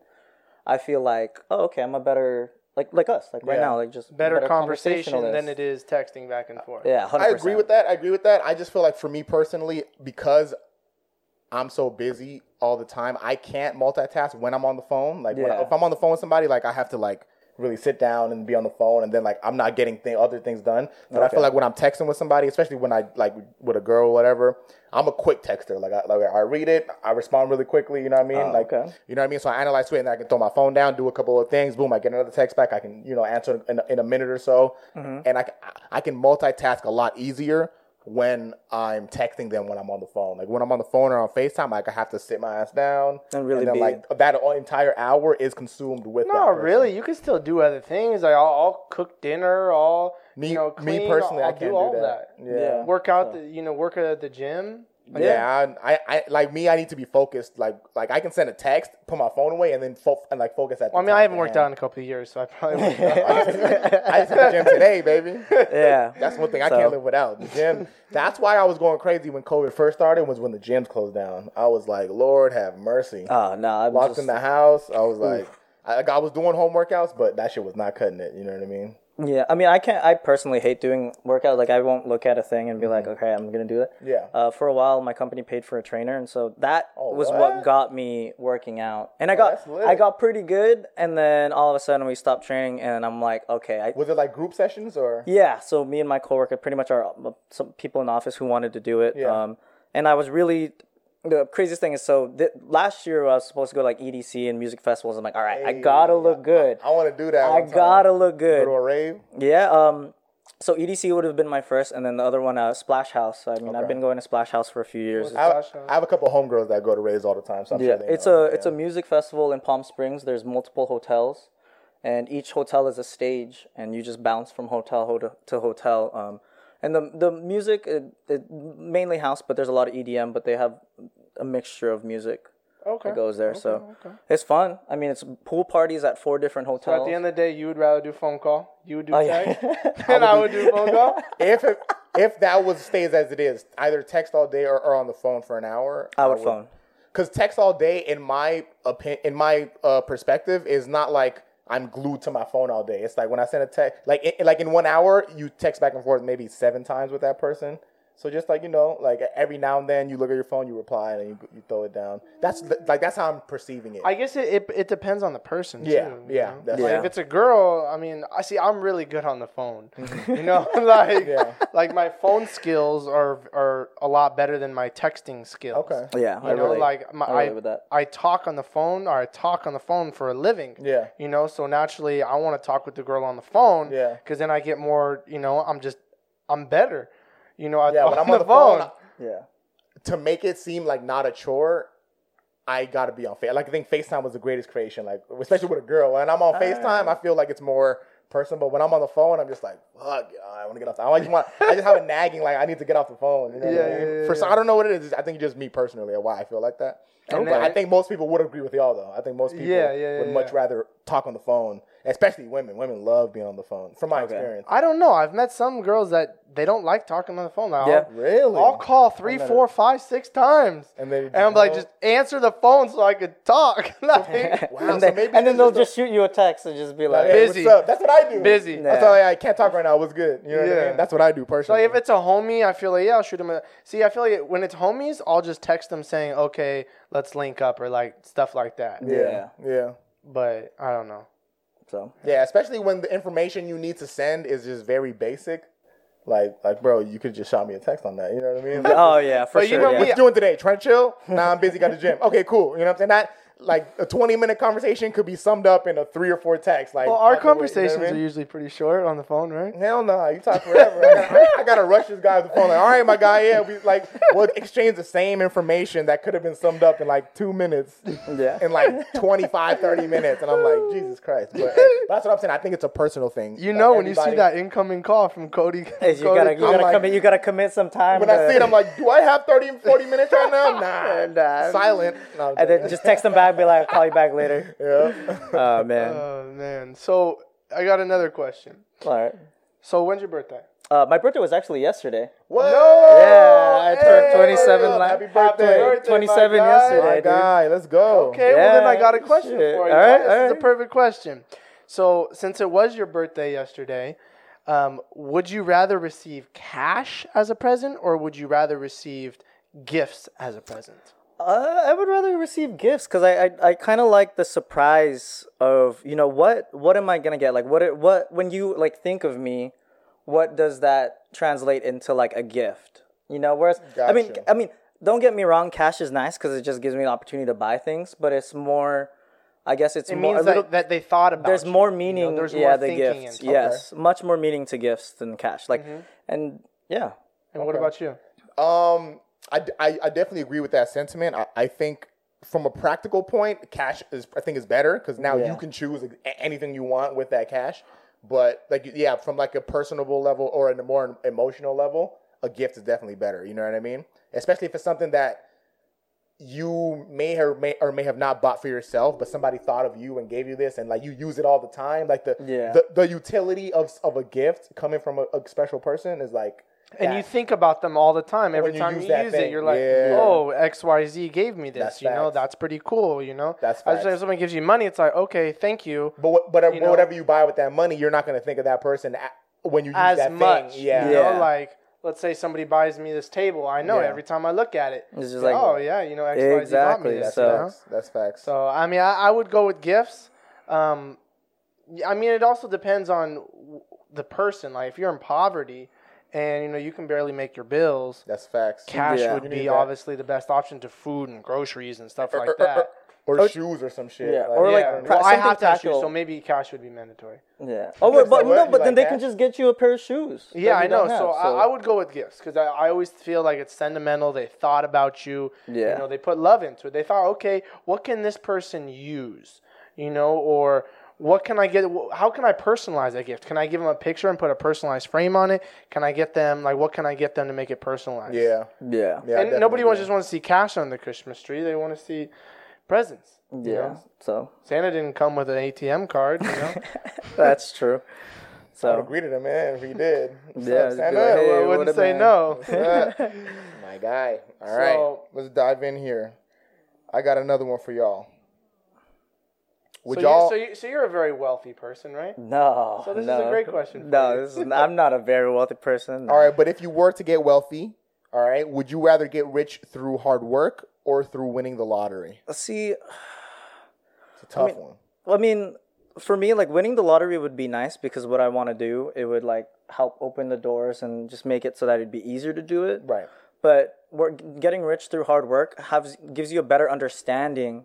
[SPEAKER 3] I feel like, oh, okay, I'm a better like like us, like right now, like just
[SPEAKER 1] better, conversation than
[SPEAKER 3] it is.
[SPEAKER 1] it is texting back and forth.
[SPEAKER 3] Yeah, 100%.
[SPEAKER 2] I agree with that. I agree with that. I just feel like for me personally, because I'm so busy all the time, I can't multitask when I'm on the phone. Like when I,
[SPEAKER 3] Yeah.
[SPEAKER 2] if I'm on the phone with somebody, like I have to like really sit down and be on the phone, and then like I'm not getting th- other things done. But I feel like when I'm texting with somebody, especially when I like with a girl or whatever, I'm a quick texter. Like I, like I read it, I respond really quickly. You know what I mean? like
[SPEAKER 3] okay.
[SPEAKER 2] you know what I mean? So I analyze it, and I can throw my phone down, do a couple of things. Boom, I get another text back. I can you know answer in, in a minute or so,
[SPEAKER 1] Mm-hmm.
[SPEAKER 2] and I ca- I can multitask a lot easier when I'm texting them when I'm on the phone. Like when I'm on the phone or on Facetime, I can have to sit my ass down
[SPEAKER 3] And really
[SPEAKER 2] then,
[SPEAKER 3] be-
[SPEAKER 2] like that o- entire hour is consumed with. that
[SPEAKER 1] No,
[SPEAKER 2] person.
[SPEAKER 1] really, you can still do other things. Like I'll, I'll cook dinner. I'll
[SPEAKER 2] Me,
[SPEAKER 1] you know, clean,
[SPEAKER 2] me personally,
[SPEAKER 1] I'll,
[SPEAKER 2] I
[SPEAKER 1] I'll
[SPEAKER 2] can't
[SPEAKER 1] do all that.
[SPEAKER 2] that. Yeah.
[SPEAKER 1] Work out, the, you know, work at the gym.
[SPEAKER 2] Yeah, I, I, I, like me. I need to be focused. Like, like I can send a text, put my phone away, and then fo- and like focus at.
[SPEAKER 1] Well, I
[SPEAKER 2] the
[SPEAKER 1] mean, I
[SPEAKER 2] task
[SPEAKER 1] haven't
[SPEAKER 2] at
[SPEAKER 1] worked out in
[SPEAKER 2] hand.
[SPEAKER 1] a couple of years, so I probably.
[SPEAKER 2] I just hit the gym today, baby.
[SPEAKER 3] Yeah.
[SPEAKER 2] That's one thing I can't live without. The gym. That's why I was going crazy when COVID first started. Was when the gyms closed down. I was like, Lord have mercy.
[SPEAKER 3] Oh, no. I'm
[SPEAKER 2] Locked
[SPEAKER 3] just,
[SPEAKER 2] in the house. I was like, I, like, I was doing home workouts, but that shit was not cutting it. You know what I mean?
[SPEAKER 3] Yeah. I mean, I can't, I personally hate doing workout. Like, I won't look at a thing and be like, okay, I'm going to do it.
[SPEAKER 2] Mm-hmm. Yeah. Oh,
[SPEAKER 3] Uh, for a while, my company paid for a trainer. And so that was what?
[SPEAKER 2] what? Oh,
[SPEAKER 3] got me working out. And I got,
[SPEAKER 2] that's lit.
[SPEAKER 3] I got pretty good. And then all of a sudden we stopped training and I'm like, okay, I,
[SPEAKER 2] Was it like group sessions or?
[SPEAKER 3] Yeah, so me and my coworker pretty much are uh, some people in the office who wanted to do it.
[SPEAKER 2] Yeah.
[SPEAKER 3] Um, and I was really the craziest thing is so th- last year I was supposed to go to, like EDC and music festivals. I'm like, all right, I gotta look good.
[SPEAKER 2] I want to do that.
[SPEAKER 3] I
[SPEAKER 2] one time.
[SPEAKER 3] gotta look
[SPEAKER 2] Go
[SPEAKER 3] good.
[SPEAKER 2] to a rave.
[SPEAKER 3] Yeah. Um. So EDC would have been my first, and then the other one, uh, Splash House. I mean, I've been going to Splash House for a few years. It's-
[SPEAKER 2] I, I have a couple homegirls that go to raves all the time. So I'm
[SPEAKER 3] yeah,
[SPEAKER 2] sure they
[SPEAKER 3] it's
[SPEAKER 2] know.
[SPEAKER 3] a it's a music festival in Palm Springs. There's multiple hotels, and each hotel is a stage, and you just bounce from hotel ho- to hotel. Um, and the the music it, it mainly house, but there's a lot of EDM, but they have a mixture of music
[SPEAKER 1] okay.
[SPEAKER 3] that goes there. so it's fun. I mean, it's pool parties at four different hotels.
[SPEAKER 1] At the end of the day, you would rather do phone call. You
[SPEAKER 2] Oh,
[SPEAKER 1] would do text, and I would do phone call.
[SPEAKER 2] if it, if that was stays as it is, either text all day or, or on the phone for an hour.
[SPEAKER 3] I would phone.
[SPEAKER 2] because text all day in my opinion in my uh, perspective is not like i'm glued to my phone all day it's like when i send a text like in, like in one hour you text back and forth maybe seven times with that person so just like you know like every now and then you look at your phone you reply and then you, you throw it down that's the- like that's how i'm perceiving it
[SPEAKER 1] I guess it, it, it depends on the person.
[SPEAKER 2] Yeah,
[SPEAKER 1] too,
[SPEAKER 2] yeah,
[SPEAKER 1] you know?
[SPEAKER 2] that's
[SPEAKER 1] Like,
[SPEAKER 2] true.
[SPEAKER 1] If it's a girl, I mean, I see. I'm really good on the phone. you know, like like my phone skills are are a lot better than my texting skills.
[SPEAKER 2] Okay.
[SPEAKER 3] Yeah,
[SPEAKER 1] You
[SPEAKER 3] I
[SPEAKER 1] know,
[SPEAKER 3] really
[SPEAKER 1] like my,
[SPEAKER 3] I
[SPEAKER 1] I,
[SPEAKER 3] relate with that.
[SPEAKER 1] I talk on the phone or I talk on the phone for a living.
[SPEAKER 2] Yeah.
[SPEAKER 1] You know, so naturally I want to talk with the girl on the phone.
[SPEAKER 2] Yeah.
[SPEAKER 1] Because then I get more. You know, I'm just I'm better. You know, I,
[SPEAKER 2] yeah
[SPEAKER 1] on,
[SPEAKER 2] when i'm
[SPEAKER 1] the, phone.
[SPEAKER 3] yeah.
[SPEAKER 2] to make it seem like not a chore, I gotta be on Face. Like I think FaceTime was the greatest creation, like especially with a girl. When I'm on FaceTime,
[SPEAKER 1] Uh.
[SPEAKER 2] I feel like it's more personal. But when I'm on the phone, I'm just like, fuck, I want to get off. The- I like want. I just have a nagging, like I need to get off the phone. You know what I
[SPEAKER 1] Yeah,
[SPEAKER 2] mean?
[SPEAKER 1] yeah, yeah,
[SPEAKER 2] For some, I don't know what it is. I think it's just me personally, or why I feel like that.
[SPEAKER 1] And
[SPEAKER 2] but
[SPEAKER 1] then-
[SPEAKER 2] I think most people would agree with y'all though. I think most people
[SPEAKER 1] Yeah, yeah,
[SPEAKER 2] would
[SPEAKER 1] yeah,
[SPEAKER 2] much
[SPEAKER 1] yeah.
[SPEAKER 2] rather talk on the phone, especially women. Women love being on the phone, from my experience.
[SPEAKER 1] I don't know. I've met some girls that they don't like talking on the phone. Like,
[SPEAKER 3] Yeah.
[SPEAKER 1] I'll-
[SPEAKER 2] Really?
[SPEAKER 1] I'll call three, four, five, six times,
[SPEAKER 2] And they
[SPEAKER 1] I'm like,
[SPEAKER 2] don't-
[SPEAKER 1] just answer the phone so I could talk. Like,
[SPEAKER 2] Wow,
[SPEAKER 3] And,
[SPEAKER 2] so
[SPEAKER 3] they-
[SPEAKER 2] maybe
[SPEAKER 3] and then
[SPEAKER 2] this
[SPEAKER 3] they'll
[SPEAKER 2] is the-
[SPEAKER 3] just shoot you a text and just be like,
[SPEAKER 2] Hey,
[SPEAKER 1] Busy.
[SPEAKER 2] what's up? That's what I do.
[SPEAKER 1] Busy.
[SPEAKER 2] That's
[SPEAKER 3] Nah.
[SPEAKER 2] all. I, I can't talk right now. What's good? You know what I
[SPEAKER 1] Yeah.
[SPEAKER 2] mean? That's what I do personally.
[SPEAKER 1] like, if it's a homie, I feel like yeah, I'll shoot him. A, see, I feel like when it's homies, I'll just text them saying, "Okay, let's link up" or like stuff like that.
[SPEAKER 3] yeah.
[SPEAKER 2] yeah.
[SPEAKER 1] But I don't know.
[SPEAKER 3] So
[SPEAKER 2] Yeah, especially when the information you need to send is just very basic. Like, like, bro, you could just shot me a text on that. You know what I mean?
[SPEAKER 3] oh yeah, for
[SPEAKER 1] But you
[SPEAKER 3] sure.
[SPEAKER 1] know
[SPEAKER 3] yeah.
[SPEAKER 2] What you doing today? Trying to chill? Nah, I'm busy. Got the gym. Okay, cool. You know what I'm saying? Not like a 20 minute conversation could be summed up in a three or four texts. Like
[SPEAKER 1] Well, our
[SPEAKER 2] either way, you know what I
[SPEAKER 1] conversations
[SPEAKER 2] mean?
[SPEAKER 1] are usually pretty short on the phone, right?
[SPEAKER 2] Hell no, you talk forever. I gotta, I gotta rush this guy with the phone. Like, all right, my guy, yeah, we like we'll exchange the same information that could have been summed up in like two minutes,
[SPEAKER 3] Yeah.
[SPEAKER 2] in like 25, 30 minutes, and I'm like, Jesus Christ. But hey, that's what I'm saying. I think it's a personal thing.
[SPEAKER 1] You
[SPEAKER 2] Like,
[SPEAKER 1] know, when you see that
[SPEAKER 2] everybody-
[SPEAKER 1] incoming call from Cody,
[SPEAKER 3] Hey, you gotta,
[SPEAKER 1] Cody-
[SPEAKER 3] you gotta
[SPEAKER 2] like-
[SPEAKER 3] commit, you gotta commit some time.
[SPEAKER 2] when I
[SPEAKER 3] to-
[SPEAKER 2] see it, I'm like, do I have 30 and 40 minutes right now? Nah,
[SPEAKER 3] Nah.
[SPEAKER 2] silent. No, I'm
[SPEAKER 3] and
[SPEAKER 2] joking.
[SPEAKER 3] then just text them back, be like, I'll call you back later.
[SPEAKER 2] yeah.
[SPEAKER 3] Oh man.
[SPEAKER 1] oh man. So I got another question.
[SPEAKER 2] Uh.
[SPEAKER 3] All right.
[SPEAKER 1] So when's your birthday?
[SPEAKER 3] Uh, my birthday was actually yesterday.
[SPEAKER 2] What? Oh,
[SPEAKER 3] Yeah, I turned 27
[SPEAKER 2] Happy
[SPEAKER 3] la-
[SPEAKER 2] birthday. Happy
[SPEAKER 1] birthday,
[SPEAKER 3] 27
[SPEAKER 1] my guy.
[SPEAKER 3] yesterday.
[SPEAKER 2] My
[SPEAKER 3] dude.
[SPEAKER 2] guy, let's go.
[SPEAKER 1] Okay, well then I
[SPEAKER 3] Yeah,
[SPEAKER 1] got a question
[SPEAKER 3] shit.
[SPEAKER 1] for you.
[SPEAKER 3] All right,
[SPEAKER 1] this
[SPEAKER 3] all
[SPEAKER 1] is a
[SPEAKER 3] right.
[SPEAKER 1] perfect question. So since it was your birthday yesterday, um, would you rather receive cash as a present or would you rather receive gifts as a present?
[SPEAKER 3] Uh, I would rather receive gifts because I I, I kind of like the surprise of you know what what am I gonna get like what it- what when you like think of me, what does that translate into like a gift? You know, whereas I mean
[SPEAKER 2] Gotcha.
[SPEAKER 3] I mean don't get me wrong, cash is nice because it just gives me an opportunity to buy things, but it's more, I guess it's
[SPEAKER 1] It
[SPEAKER 3] more
[SPEAKER 1] means
[SPEAKER 3] a little.
[SPEAKER 1] that, that they thought about.
[SPEAKER 3] there's
[SPEAKER 1] you,
[SPEAKER 3] more
[SPEAKER 1] you know,
[SPEAKER 3] meaning.
[SPEAKER 1] there's
[SPEAKER 3] yeah,
[SPEAKER 1] more
[SPEAKER 3] the
[SPEAKER 1] thinking Mm-hmm.
[SPEAKER 3] gifts.
[SPEAKER 1] into it.
[SPEAKER 3] Yes, much more meaning to gifts than cash. Like and yeah,
[SPEAKER 1] And what about you?
[SPEAKER 2] Um, I, I, I definitely agree with that sentiment. I, I think from a practical point, cash is I think is better because now you can choose a- anything you want with that cash. But like yeah, from like a personable level or a more emotional level, a gift is definitely better. You know what I mean? Especially if it's something that you may or may or may have not bought for yourself, but somebody thought of you and gave you this, and like you use it all the time. Like the
[SPEAKER 3] Yeah.
[SPEAKER 2] the, the utility of of a gift coming from a, a special person is like
[SPEAKER 1] And you think about them all the time. Every
[SPEAKER 2] you
[SPEAKER 1] time
[SPEAKER 2] use
[SPEAKER 1] you
[SPEAKER 2] that
[SPEAKER 1] use
[SPEAKER 2] thing.
[SPEAKER 1] it, you're like,
[SPEAKER 2] Yeah.
[SPEAKER 1] "Oh, X Y Z gave me this."
[SPEAKER 2] That's
[SPEAKER 1] you know,
[SPEAKER 2] facts.
[SPEAKER 1] that's pretty cool. You know,
[SPEAKER 2] That's
[SPEAKER 1] As if
[SPEAKER 2] facts.
[SPEAKER 1] someone gives you money, it's like, "Okay, thank you."
[SPEAKER 2] But what, but uh,
[SPEAKER 1] You
[SPEAKER 2] but
[SPEAKER 1] know?
[SPEAKER 2] whatever you buy with that money, you're not going to think of that person a- when you use
[SPEAKER 1] as
[SPEAKER 2] that
[SPEAKER 1] much.
[SPEAKER 2] thing. Yeah.
[SPEAKER 1] You know,
[SPEAKER 3] Yeah.
[SPEAKER 1] like let's say somebody buys me this table. I know
[SPEAKER 2] Yeah.
[SPEAKER 1] every time I look at it.
[SPEAKER 3] It's just
[SPEAKER 1] say,
[SPEAKER 3] like-
[SPEAKER 1] oh yeah, you know X Y Z bought me
[SPEAKER 3] Exactly,
[SPEAKER 1] this.
[SPEAKER 3] so-
[SPEAKER 1] you know?
[SPEAKER 2] Facts. That's facts.
[SPEAKER 1] so I mean, I, I would go with gifts. Um, I mean, it also depends on w- the person. Like if you're in poverty, and you know you can barely make your bills.
[SPEAKER 2] That's facts.
[SPEAKER 1] Cash
[SPEAKER 3] Yeah.
[SPEAKER 1] would
[SPEAKER 2] You
[SPEAKER 1] be
[SPEAKER 2] need that.
[SPEAKER 1] obviously the best option to food and groceries and stuff like
[SPEAKER 2] or-
[SPEAKER 1] that. Oh,
[SPEAKER 2] or, shoes or some shit.
[SPEAKER 3] Yeah, or, like,
[SPEAKER 1] yeah.
[SPEAKER 3] pra-
[SPEAKER 1] well, I
[SPEAKER 3] something
[SPEAKER 1] have to have shoes,
[SPEAKER 3] tactile.
[SPEAKER 1] so maybe cash would be mandatory.
[SPEAKER 3] yeah. Oh, but, but
[SPEAKER 2] what?
[SPEAKER 3] no,
[SPEAKER 2] You
[SPEAKER 3] but
[SPEAKER 2] like
[SPEAKER 3] then they
[SPEAKER 2] cash?
[SPEAKER 3] can just get you a pair of shoes. that
[SPEAKER 1] Yeah, I
[SPEAKER 3] you don't
[SPEAKER 1] know.
[SPEAKER 3] have,
[SPEAKER 1] so I, I would go with gifts because I, I always feel like it's sentimental. They thought about you.
[SPEAKER 3] Yeah.
[SPEAKER 1] You know, they put love into it. They thought, okay, what can this person use? You know, or what can I get? wh- How can I personalize that gift? Can I give them a picture and put a personalized frame on it? Can I get them, like, what can I get them to make it personalized?
[SPEAKER 2] Yeah.
[SPEAKER 3] yeah.
[SPEAKER 2] Yeah.
[SPEAKER 1] And
[SPEAKER 2] definitely.
[SPEAKER 1] nobody wants just want to see cash on the Christmas tree. They want to see presents.
[SPEAKER 3] Yeah. So
[SPEAKER 1] Santa didn't come with an ATM card, you know?
[SPEAKER 3] that's true.
[SPEAKER 2] I would
[SPEAKER 3] So
[SPEAKER 2] agree to him, man, if he did. What's
[SPEAKER 3] Yeah,
[SPEAKER 2] up,
[SPEAKER 3] just be
[SPEAKER 2] Santa?
[SPEAKER 3] like,
[SPEAKER 1] I
[SPEAKER 3] hey, what
[SPEAKER 1] wouldn't
[SPEAKER 3] a
[SPEAKER 1] say
[SPEAKER 3] man.
[SPEAKER 1] no.
[SPEAKER 2] What's up? My guy. All right.
[SPEAKER 1] So-
[SPEAKER 2] Let's dive in here. I got another one for y'all. Would
[SPEAKER 1] So,
[SPEAKER 2] y'all?
[SPEAKER 1] you, so, you, so you're a very wealthy person, right?
[SPEAKER 3] no.
[SPEAKER 1] So this
[SPEAKER 3] no.
[SPEAKER 1] is a great question. for you.
[SPEAKER 3] No, this is, I'm not a very wealthy person.
[SPEAKER 2] all right, but if you were to get wealthy, all right, would you rather get rich through hard work or through winning the lottery?
[SPEAKER 3] See,
[SPEAKER 2] It's a tough one.
[SPEAKER 3] I mean, for me, like winning the lottery would be nice because what I want to do, it would like help open the doors and just make it so that it'd be easier to do it.
[SPEAKER 2] Right.
[SPEAKER 3] But we're getting rich through hard work has gives you a better understanding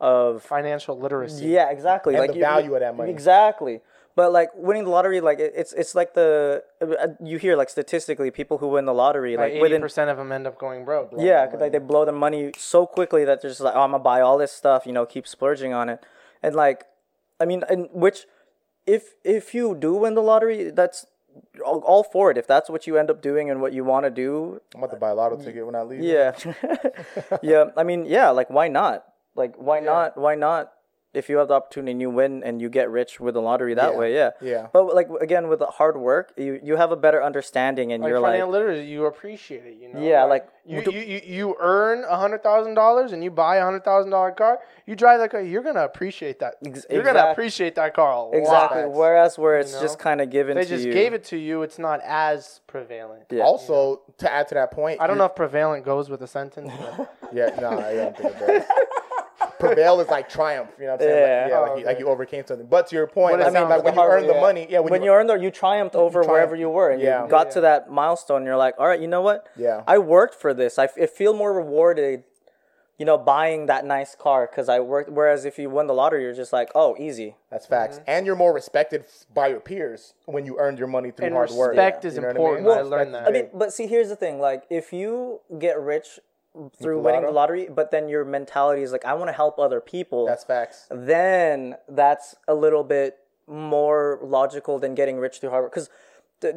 [SPEAKER 3] of
[SPEAKER 1] financial literacy.
[SPEAKER 3] Yeah, exactly.
[SPEAKER 2] And
[SPEAKER 3] like
[SPEAKER 2] the value of that money.
[SPEAKER 3] Exactly. But like winning the lottery, like it, it's it's like the uh, you hear like statistically people who win the lottery like,
[SPEAKER 1] Eighty
[SPEAKER 3] within
[SPEAKER 1] percent of them end up going broke.
[SPEAKER 3] yeah 'cause, like they blow their money so quickly that they're just like oh, I'm gonna buy all this stuff you know keep splurging on it and like I mean and which if if you do win the lottery that's all all for it if that's what you end up doing and what you want to do
[SPEAKER 2] I'm about to buy a lotto ticket when I leave.
[SPEAKER 3] yeah. yeah. I mean, yeah, like why not? Like why not? Why not? If you have the opportunity and you win and you get rich with the lottery that way, yeah.
[SPEAKER 2] Yeah.
[SPEAKER 3] But like again with the hard work, you you have a better understanding and
[SPEAKER 1] Like
[SPEAKER 3] you're like
[SPEAKER 1] financial literacy, you appreciate it. You know.
[SPEAKER 3] Yeah,
[SPEAKER 1] you, you, you you earn a hundred thousand dollars and you buy a hundred thousand dollar car. You drive that car, you're gonna appreciate that.
[SPEAKER 3] Ex-
[SPEAKER 1] you're gonna
[SPEAKER 3] exact-
[SPEAKER 1] appreciate that car a lot.
[SPEAKER 3] exactly. Whereas where it's just
[SPEAKER 1] know?
[SPEAKER 3] kind of given
[SPEAKER 1] They
[SPEAKER 3] to
[SPEAKER 1] just
[SPEAKER 3] you.
[SPEAKER 1] gave it to you. It's not as prevalent.
[SPEAKER 3] Yeah.
[SPEAKER 2] Also, to add to that point,
[SPEAKER 1] I don't know if prevalent goes with a sentence. but-
[SPEAKER 2] Yeah, no, I don't think it does. Prevail is like triumph, you know what I'm saying?
[SPEAKER 3] Yeah.
[SPEAKER 2] Like, yeah, like, you, like you overcame something. But to your point, I
[SPEAKER 1] Oh, it
[SPEAKER 2] mean,
[SPEAKER 1] sounds
[SPEAKER 2] like when
[SPEAKER 1] like.
[SPEAKER 2] you earn the
[SPEAKER 3] Yeah.
[SPEAKER 2] money, yeah,
[SPEAKER 3] when, you earned or you triumphed over wherever
[SPEAKER 2] triumphed.
[SPEAKER 3] you were and
[SPEAKER 2] Yeah.
[SPEAKER 3] you got to that milestone, you're like, all right, you know what?
[SPEAKER 2] Yeah.
[SPEAKER 3] I worked for this. I f- it feel more rewarded you know, buying that nice car because I worked. Whereas if you win the lottery, you're just like, oh, easy.
[SPEAKER 2] That's facts.
[SPEAKER 1] Mm-hmm.
[SPEAKER 2] And you're more respected f- by your peers when you earned your money through
[SPEAKER 1] And
[SPEAKER 2] hard work.
[SPEAKER 1] respect is
[SPEAKER 2] You know what
[SPEAKER 1] important.
[SPEAKER 2] mean?
[SPEAKER 1] I learned
[SPEAKER 2] Respect
[SPEAKER 1] that.
[SPEAKER 2] is
[SPEAKER 3] I mean, but see, here's the thing: like, if you get rich through
[SPEAKER 2] the
[SPEAKER 3] winning the
[SPEAKER 2] lotto?
[SPEAKER 3] lottery, but then your mentality is like, I want to help other people.
[SPEAKER 2] That's facts.
[SPEAKER 3] then that's a little bit more logical than getting rich through hard work. Because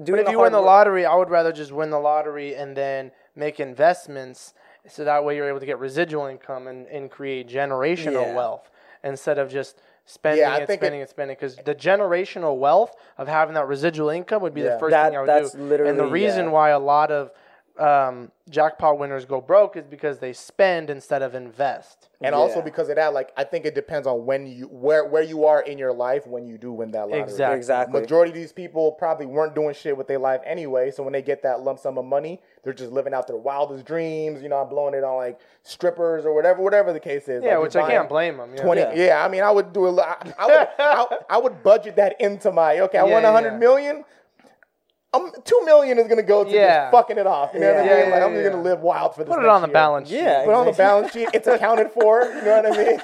[SPEAKER 3] doing
[SPEAKER 1] If
[SPEAKER 3] the
[SPEAKER 1] you
[SPEAKER 3] hard
[SPEAKER 1] win the
[SPEAKER 3] work-
[SPEAKER 1] lottery, I would rather just win the lottery and then make investments so that way you're able to get residual income and, and create generational
[SPEAKER 3] Yeah.
[SPEAKER 1] wealth instead of just spending
[SPEAKER 2] Yeah, I
[SPEAKER 1] and
[SPEAKER 2] think
[SPEAKER 1] spending and spending because the generational wealth of having that residual income would be the
[SPEAKER 2] Yeah.
[SPEAKER 1] first
[SPEAKER 3] That-
[SPEAKER 1] thing I would
[SPEAKER 3] that's
[SPEAKER 1] do. and the
[SPEAKER 3] literally-
[SPEAKER 1] reason
[SPEAKER 3] yeah.
[SPEAKER 1] why a lot of um, jackpot winners go broke is because they spend instead of invest.
[SPEAKER 2] And also because of that, like I think it depends on when you where where you are in your life when you do win that lottery.
[SPEAKER 1] Exactly.
[SPEAKER 3] exactly.
[SPEAKER 2] Majority of these people probably weren't doing shit with their life anyway. So when they get that lump sum of money, they're just living out their wildest dreams. You know, I'm blowing it on like strippers or whatever, whatever the case is.
[SPEAKER 1] Yeah,
[SPEAKER 2] Like,
[SPEAKER 1] which
[SPEAKER 2] you're
[SPEAKER 1] I can't
[SPEAKER 2] buying-
[SPEAKER 1] blame them. Yeah.
[SPEAKER 2] Twenty. Yeah. I mean, I would do a lot. I would, I, I would budget that into my. Okay, I
[SPEAKER 1] Yeah,
[SPEAKER 2] won
[SPEAKER 1] yeah,
[SPEAKER 2] a hundred
[SPEAKER 1] yeah.
[SPEAKER 2] million. Um, two million is gonna go to
[SPEAKER 1] Yeah.
[SPEAKER 2] just fucking it off. You know what
[SPEAKER 1] Yeah,
[SPEAKER 2] I mean?
[SPEAKER 1] yeah,
[SPEAKER 2] like I'm
[SPEAKER 1] yeah,
[SPEAKER 2] just gonna live wild for this.
[SPEAKER 1] Put it
[SPEAKER 2] next
[SPEAKER 1] on the
[SPEAKER 2] year.
[SPEAKER 1] balance sheet.
[SPEAKER 3] yeah,
[SPEAKER 2] Put it on the
[SPEAKER 3] exactly.
[SPEAKER 2] balance sheet. It's accounted for. You know what I mean?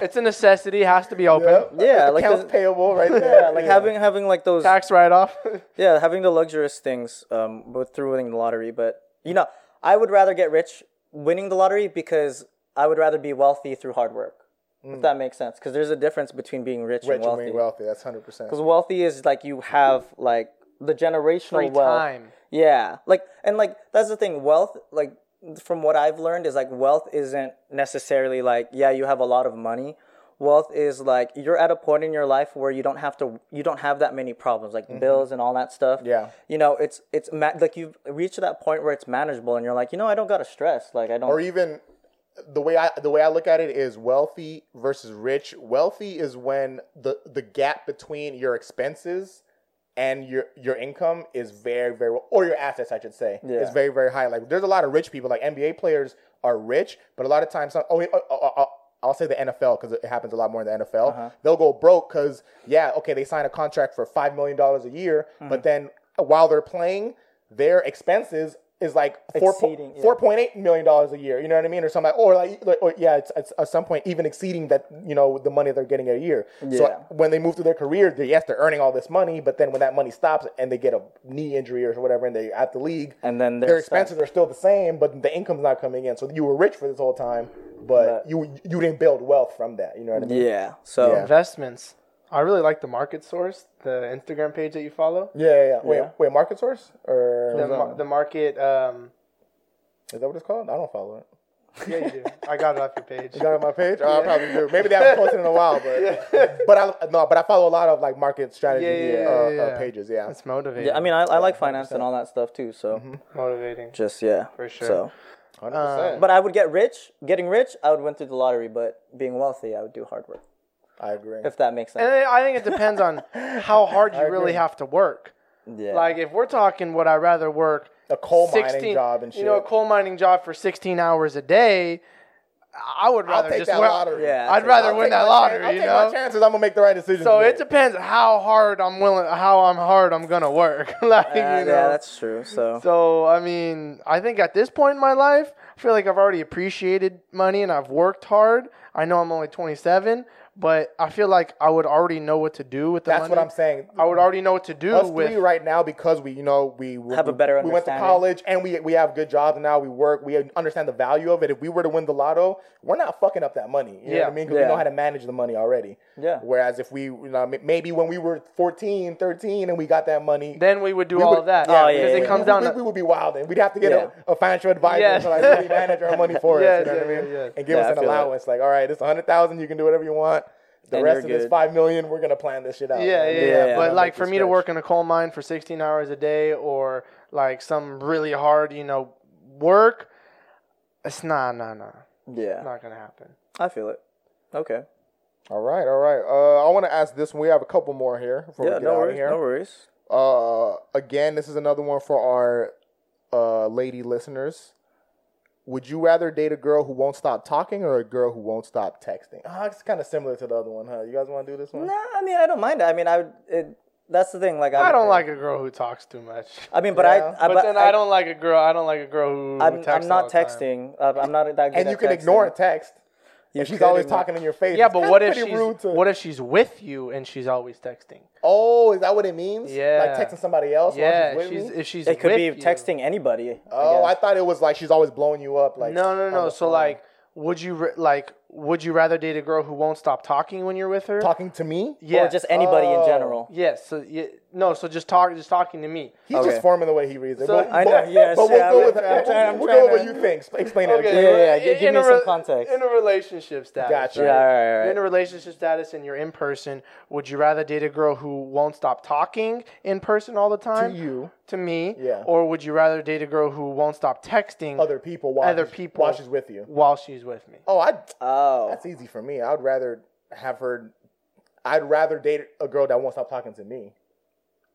[SPEAKER 1] It's a necessity, has to be open.
[SPEAKER 3] Yeah,
[SPEAKER 2] like
[SPEAKER 3] like
[SPEAKER 2] accounts
[SPEAKER 3] the-
[SPEAKER 2] payable right there.
[SPEAKER 3] Yeah, like having having like those
[SPEAKER 1] Tax write off.
[SPEAKER 3] yeah having the luxurious things um with through winning the lottery. But you know, I would rather get rich winning the lottery because I would rather be wealthy through hard work. If that makes sense, because there's a difference between being Mm. rich,
[SPEAKER 2] rich
[SPEAKER 3] and wealthy.
[SPEAKER 2] and wealthy. That's hundred percent.
[SPEAKER 3] Because wealthy is like you have like the generational
[SPEAKER 1] Free
[SPEAKER 3] wealth.
[SPEAKER 1] time.
[SPEAKER 3] Yeah, like and like that's the thing. Wealth, like from what I've learned, is like wealth isn't necessarily like yeah you have a lot of money. Wealth is like you're at a point in your life where you don't have to you don't have that many problems like bills and all that stuff.
[SPEAKER 2] Mm-hmm. Yeah.
[SPEAKER 3] you know it's it's ma- like you've reached that point where it's manageable and you're like you know I don't gotta stress like I don't.
[SPEAKER 2] or even the way I the way I look at it is wealthy versus rich. Wealthy is when the the gap between your expenses and your your income is very very or your assets I should say is very very high. Like there's a lot of rich people like NBA players are rich, but a lot of times some oh, oh, oh, oh, I'll say the NFL because it happens a lot more in the NFL.
[SPEAKER 3] Uh-huh.
[SPEAKER 2] They'll go broke because yeah okay they sign a contract for five million dollars a year,
[SPEAKER 3] Mm-hmm.
[SPEAKER 2] but then while they're playing their expenses is like four po-
[SPEAKER 3] Exceeding, yeah.
[SPEAKER 2] four point eight million dollars a year. You know what I mean, or something, like- or like, like- or yeah, it's, it's at some point even exceeding that you know the money they're getting a year.
[SPEAKER 3] Yeah.
[SPEAKER 2] So when they move through their career, they, yes, they're earning all this money, but then when that money stops and they get a knee injury or whatever, and they're at the league,
[SPEAKER 3] And then
[SPEAKER 2] their
[SPEAKER 3] they're
[SPEAKER 2] expenses are still the same, but the income's not coming in. So you were rich for this whole time, but you you didn't build wealth from that. You know what I mean?
[SPEAKER 3] yeah, so
[SPEAKER 2] Yeah.
[SPEAKER 1] Investments. I really like the market source, the Instagram page that you follow.
[SPEAKER 2] Yeah, yeah. yeah. Wait, wait, market source or
[SPEAKER 1] The, mar- the market. Um,
[SPEAKER 2] is that what it's called? I don't follow it.
[SPEAKER 1] yeah, you do. I got it off your page.
[SPEAKER 2] You got it on my page? Oh, I probably do. Maybe they haven't posted in a while, but but I no, but I follow a lot of like market strategy
[SPEAKER 1] Yeah, yeah,
[SPEAKER 2] uh,
[SPEAKER 1] yeah,
[SPEAKER 2] Uh,
[SPEAKER 1] yeah.
[SPEAKER 2] pages. Yeah,
[SPEAKER 1] It's motivating.
[SPEAKER 3] yeah. I mean I, I like finance and all that stuff too. So
[SPEAKER 2] Mm-hmm.
[SPEAKER 1] motivating.
[SPEAKER 3] just yeah,
[SPEAKER 1] For sure.
[SPEAKER 3] So.
[SPEAKER 2] Um, 100%.
[SPEAKER 3] But I would get rich. Getting rich, I would win through the lottery. But being wealthy, I would do hard work.
[SPEAKER 2] I agree.
[SPEAKER 3] If that makes sense.
[SPEAKER 1] And I I think it depends on how hard you really have to work.
[SPEAKER 3] Yeah.
[SPEAKER 1] Like if we're talking, would I rather work
[SPEAKER 2] A coal mining job and
[SPEAKER 1] You know, a
[SPEAKER 2] shit.
[SPEAKER 1] coal mining job for sixteen hours a day. I would rather
[SPEAKER 2] take
[SPEAKER 1] just
[SPEAKER 2] that
[SPEAKER 1] work-
[SPEAKER 2] lottery.
[SPEAKER 3] Yeah,
[SPEAKER 1] I'd
[SPEAKER 3] I'll
[SPEAKER 1] rather
[SPEAKER 2] I'll
[SPEAKER 1] win
[SPEAKER 2] take
[SPEAKER 1] that
[SPEAKER 2] my
[SPEAKER 1] lottery.
[SPEAKER 2] chan- I'll
[SPEAKER 1] you
[SPEAKER 2] take
[SPEAKER 1] know,
[SPEAKER 2] my chances. I'm gonna make the right decision.
[SPEAKER 1] So it depends how hard I'm willing, how I'm hard I'm gonna work. like you
[SPEAKER 3] Uh,
[SPEAKER 1] know,
[SPEAKER 3] yeah, that's true. So,
[SPEAKER 1] so I mean, I think at this point in my life, I feel like I've already appreciated money and I've worked hard. I know I'm only 27, but I feel like I would already know what to do with the
[SPEAKER 2] That's
[SPEAKER 1] money.
[SPEAKER 2] what I'm saying.
[SPEAKER 1] I would already know what to do
[SPEAKER 2] Us
[SPEAKER 1] with.
[SPEAKER 2] three right now because we, you know, we
[SPEAKER 3] Have a better
[SPEAKER 2] We went to
[SPEAKER 3] understanding.
[SPEAKER 2] college and we we have good jobs now. We work. We understand the value of it. If we were to win the lotto, we're not fucking up that money. You know what
[SPEAKER 1] Yeah.
[SPEAKER 2] I mean? Because we
[SPEAKER 3] Yeah.
[SPEAKER 2] know how to manage the money already.
[SPEAKER 3] Yeah.
[SPEAKER 2] Whereas if we, you know, m- maybe when we were 14, 13 and we got that money,
[SPEAKER 1] then we would do
[SPEAKER 2] we
[SPEAKER 1] all
[SPEAKER 2] would-
[SPEAKER 1] of that.
[SPEAKER 3] Oh, yeah,
[SPEAKER 1] because
[SPEAKER 3] yeah,
[SPEAKER 1] it
[SPEAKER 3] yeah.
[SPEAKER 1] comes
[SPEAKER 2] we,
[SPEAKER 1] down
[SPEAKER 2] we,
[SPEAKER 1] to
[SPEAKER 2] we would be wild and we'd have to get
[SPEAKER 3] Yeah.
[SPEAKER 2] a, a financial advisor
[SPEAKER 1] Yes.
[SPEAKER 2] to like really manage our money for
[SPEAKER 1] Yes,
[SPEAKER 2] us. You know what
[SPEAKER 1] yes,
[SPEAKER 2] I mean?
[SPEAKER 1] yes.
[SPEAKER 2] And give
[SPEAKER 3] Yeah, I
[SPEAKER 2] us an
[SPEAKER 3] feel that.
[SPEAKER 2] allowance. Like, all right, it's 100,000. You can do whatever you want. The
[SPEAKER 3] And
[SPEAKER 2] rest
[SPEAKER 3] you're
[SPEAKER 2] of this
[SPEAKER 3] good.
[SPEAKER 2] five million, we're gonna plan this shit out.
[SPEAKER 1] yeah, yeah, yeah.
[SPEAKER 3] Yeah.
[SPEAKER 1] But
[SPEAKER 2] Make
[SPEAKER 1] like
[SPEAKER 2] it
[SPEAKER 1] for me to
[SPEAKER 2] stretch.
[SPEAKER 1] work in a coal mine for 16 hours a day or like some really hard, you know, work, it's nah, nah, nah,
[SPEAKER 3] yeah,
[SPEAKER 1] not gonna happen.
[SPEAKER 3] I feel it. Okay.
[SPEAKER 2] All right, all right. Uh, I want to ask this one. We have a couple more here before
[SPEAKER 3] Yeah,
[SPEAKER 2] we get
[SPEAKER 3] no
[SPEAKER 2] out
[SPEAKER 3] worries.
[SPEAKER 2] of here.
[SPEAKER 3] No worries.
[SPEAKER 2] Uh, again, this is another one for our uh, lady listeners. Would you rather date a girl who won't stop talking or a girl who won't stop texting? Ah, it's kind of similar to the other one, huh? You guys want to do this one?
[SPEAKER 3] Nah, I mean, I don't mind. it. I mean, I would. It, that's the thing. Like
[SPEAKER 1] I
[SPEAKER 3] I'm-
[SPEAKER 1] don't like a girl who talks too much.
[SPEAKER 3] I mean, but
[SPEAKER 2] Yeah.
[SPEAKER 3] I. I
[SPEAKER 1] But then I, don't like a girl. I don't like a girl who.
[SPEAKER 3] I'm,
[SPEAKER 1] texts
[SPEAKER 3] I'm
[SPEAKER 1] all
[SPEAKER 3] not
[SPEAKER 1] the time.
[SPEAKER 3] texting. Uh, I'm not that good.
[SPEAKER 2] and
[SPEAKER 3] at
[SPEAKER 2] you can
[SPEAKER 3] texting.
[SPEAKER 2] ignore a text.
[SPEAKER 3] You
[SPEAKER 2] If she's
[SPEAKER 3] could
[SPEAKER 2] always
[SPEAKER 3] ignore-
[SPEAKER 2] talking in your face.
[SPEAKER 1] Yeah,
[SPEAKER 2] it's
[SPEAKER 1] but
[SPEAKER 2] kinda
[SPEAKER 1] what if
[SPEAKER 2] pretty
[SPEAKER 1] she's
[SPEAKER 2] rude to-
[SPEAKER 1] what if she's with you and she's always texting?
[SPEAKER 2] Oh, is that what it means?
[SPEAKER 1] Yeah.
[SPEAKER 2] like texting somebody else.
[SPEAKER 1] yeah,
[SPEAKER 2] while she's with
[SPEAKER 1] she's
[SPEAKER 2] me?
[SPEAKER 1] if she's
[SPEAKER 3] It could
[SPEAKER 1] with
[SPEAKER 3] be
[SPEAKER 1] you.
[SPEAKER 3] texting anybody.
[SPEAKER 2] Oh, I
[SPEAKER 3] guess.
[SPEAKER 2] thought it was like she's always blowing you up. Like
[SPEAKER 1] No, no,
[SPEAKER 2] on
[SPEAKER 1] no.
[SPEAKER 2] the
[SPEAKER 1] So
[SPEAKER 2] phone.
[SPEAKER 1] like, would you ra- like would you rather date a girl who won't stop talking when you're with her?
[SPEAKER 2] talking to me.
[SPEAKER 1] yeah,
[SPEAKER 3] or just anybody in
[SPEAKER 2] Oh.
[SPEAKER 3] general.
[SPEAKER 1] Yes. So yeah, no. So just talk, just talking to me.
[SPEAKER 2] He's just forming the way he reads it.
[SPEAKER 1] So-
[SPEAKER 2] but,
[SPEAKER 1] I
[SPEAKER 3] know,
[SPEAKER 2] but-
[SPEAKER 3] yeah,
[SPEAKER 2] but
[SPEAKER 3] shit,
[SPEAKER 2] we'll go
[SPEAKER 3] I'm
[SPEAKER 2] with
[SPEAKER 3] trying- I'm trying- I'm
[SPEAKER 2] We'll go with what
[SPEAKER 3] trying
[SPEAKER 2] you think. Explain- Explain it.
[SPEAKER 3] Yeah, yeah, yeah. Give- give
[SPEAKER 1] in
[SPEAKER 3] me
[SPEAKER 1] a
[SPEAKER 3] some context.
[SPEAKER 1] In a relationship status.
[SPEAKER 2] Gotcha.
[SPEAKER 1] right?
[SPEAKER 2] Yeah,
[SPEAKER 3] all right, all
[SPEAKER 1] You're
[SPEAKER 3] right.
[SPEAKER 1] in a relationship status and you're in person. Would you rather date a girl who won't stop talking in person all the time?
[SPEAKER 2] you.
[SPEAKER 1] To me.
[SPEAKER 2] Yeah.
[SPEAKER 1] Or would you rather date a girl who won't stop texting
[SPEAKER 2] Other people while
[SPEAKER 1] Other
[SPEAKER 2] she's-
[SPEAKER 1] people.
[SPEAKER 2] while she's with you.
[SPEAKER 1] while she's with me?
[SPEAKER 2] Oh, I.
[SPEAKER 3] Oh,
[SPEAKER 2] That's easy for me. I would rather have her. I'd rather date a girl that won't stop talking to me.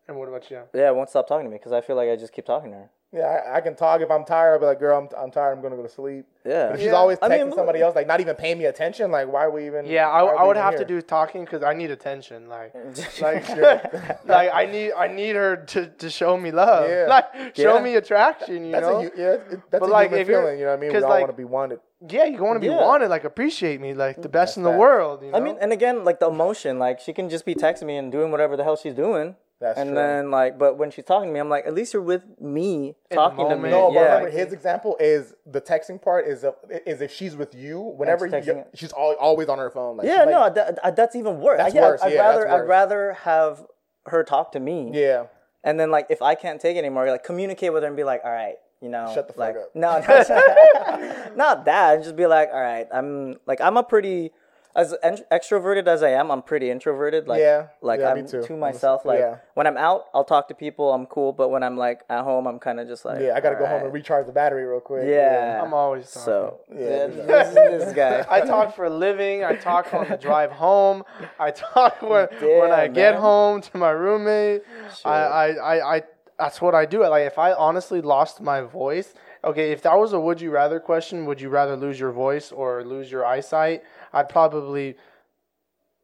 [SPEAKER 1] And what about you?
[SPEAKER 3] yeah. Won't stop talking to me because I feel like I just keep talking to her.
[SPEAKER 2] Yeah, I, I can talk if I'm tired. I'll be like, girl, I'm, I'm tired. I'm gonna go to sleep. But
[SPEAKER 3] Yeah.
[SPEAKER 2] if she's always
[SPEAKER 3] I
[SPEAKER 2] texting
[SPEAKER 3] mean, look-
[SPEAKER 2] somebody else, like not even paying me attention, like why are we even?
[SPEAKER 1] Yeah, I,
[SPEAKER 2] why are
[SPEAKER 1] I
[SPEAKER 2] we
[SPEAKER 1] would
[SPEAKER 2] even
[SPEAKER 1] have to
[SPEAKER 2] here?
[SPEAKER 1] do talking because I need attention. Like, like,
[SPEAKER 2] Yeah.
[SPEAKER 1] like I need I need her to, to show me love.
[SPEAKER 2] Yeah.
[SPEAKER 1] Like, show
[SPEAKER 3] Yeah.
[SPEAKER 1] me attraction. You
[SPEAKER 2] That's
[SPEAKER 1] know.
[SPEAKER 2] a hu- yeah, it- that's
[SPEAKER 1] But,
[SPEAKER 2] a
[SPEAKER 1] like,
[SPEAKER 2] human
[SPEAKER 1] if you're-
[SPEAKER 2] feeling. You know what I mean? We
[SPEAKER 1] 'cause,
[SPEAKER 2] all
[SPEAKER 1] like-
[SPEAKER 2] want to be wanted.
[SPEAKER 1] yeah, you want to be
[SPEAKER 3] Yeah.
[SPEAKER 1] wanted. Like, appreciate me. Like the best in the
[SPEAKER 2] facts.
[SPEAKER 1] world. You know.
[SPEAKER 3] I mean, and again, like the emotion, like she can just be texting me and doing whatever the hell she's doing.
[SPEAKER 2] That's
[SPEAKER 3] and
[SPEAKER 2] true.
[SPEAKER 3] then like, but when she's talking to me, I'm like, at least you're with me
[SPEAKER 1] the
[SPEAKER 3] talking to me.
[SPEAKER 1] moment.
[SPEAKER 2] No, but
[SPEAKER 3] yeah.
[SPEAKER 2] remember his example is the texting part is a, is if she's with you whenever
[SPEAKER 3] Text-
[SPEAKER 2] you,
[SPEAKER 3] texting.
[SPEAKER 2] she's al always on her phone. Like,
[SPEAKER 3] yeah,
[SPEAKER 2] she's
[SPEAKER 3] no,
[SPEAKER 2] like-
[SPEAKER 3] that, uh, that's even worse.
[SPEAKER 2] That's
[SPEAKER 3] yeah,
[SPEAKER 2] worse,
[SPEAKER 3] I'd
[SPEAKER 2] yeah, that's
[SPEAKER 3] rather I'd
[SPEAKER 2] worse.
[SPEAKER 3] rather have her talk to me.
[SPEAKER 2] yeah.
[SPEAKER 3] And then like, if I can't take it anymore, like communicate with her and be like, all right, you know,
[SPEAKER 2] Shut the fuck
[SPEAKER 3] like,
[SPEAKER 2] up.
[SPEAKER 3] No, no not that. Just be like, all right, I'm like, I'm a pretty. As en- extroverted as I am, I'm pretty introverted. Like,
[SPEAKER 2] Yeah.
[SPEAKER 3] like
[SPEAKER 2] Yeah, me
[SPEAKER 3] I'm
[SPEAKER 2] too.
[SPEAKER 3] to
[SPEAKER 2] I'm the
[SPEAKER 3] myself.
[SPEAKER 2] same-
[SPEAKER 3] Like,
[SPEAKER 2] yeah.
[SPEAKER 3] when I'm out, I'll talk to people. I'm cool. But when I'm like at home, I'm kind of just like,
[SPEAKER 2] Yeah, I gotta
[SPEAKER 3] all
[SPEAKER 2] go
[SPEAKER 3] right.
[SPEAKER 2] home and recharge the battery real quick.
[SPEAKER 3] Yeah.
[SPEAKER 1] I'm always talking.
[SPEAKER 3] So
[SPEAKER 2] Yeah,
[SPEAKER 3] this, this guy.
[SPEAKER 1] I talk for a living. I talk on the drive home. I talk when, when I
[SPEAKER 3] Damn,
[SPEAKER 1] get
[SPEAKER 3] man.
[SPEAKER 1] home to my roommate. I, I, I, I, that's what I do. Like, if I honestly lost my voice, okay, if that was a would you rather question, would you rather lose your voice or lose your eyesight? I'd probably.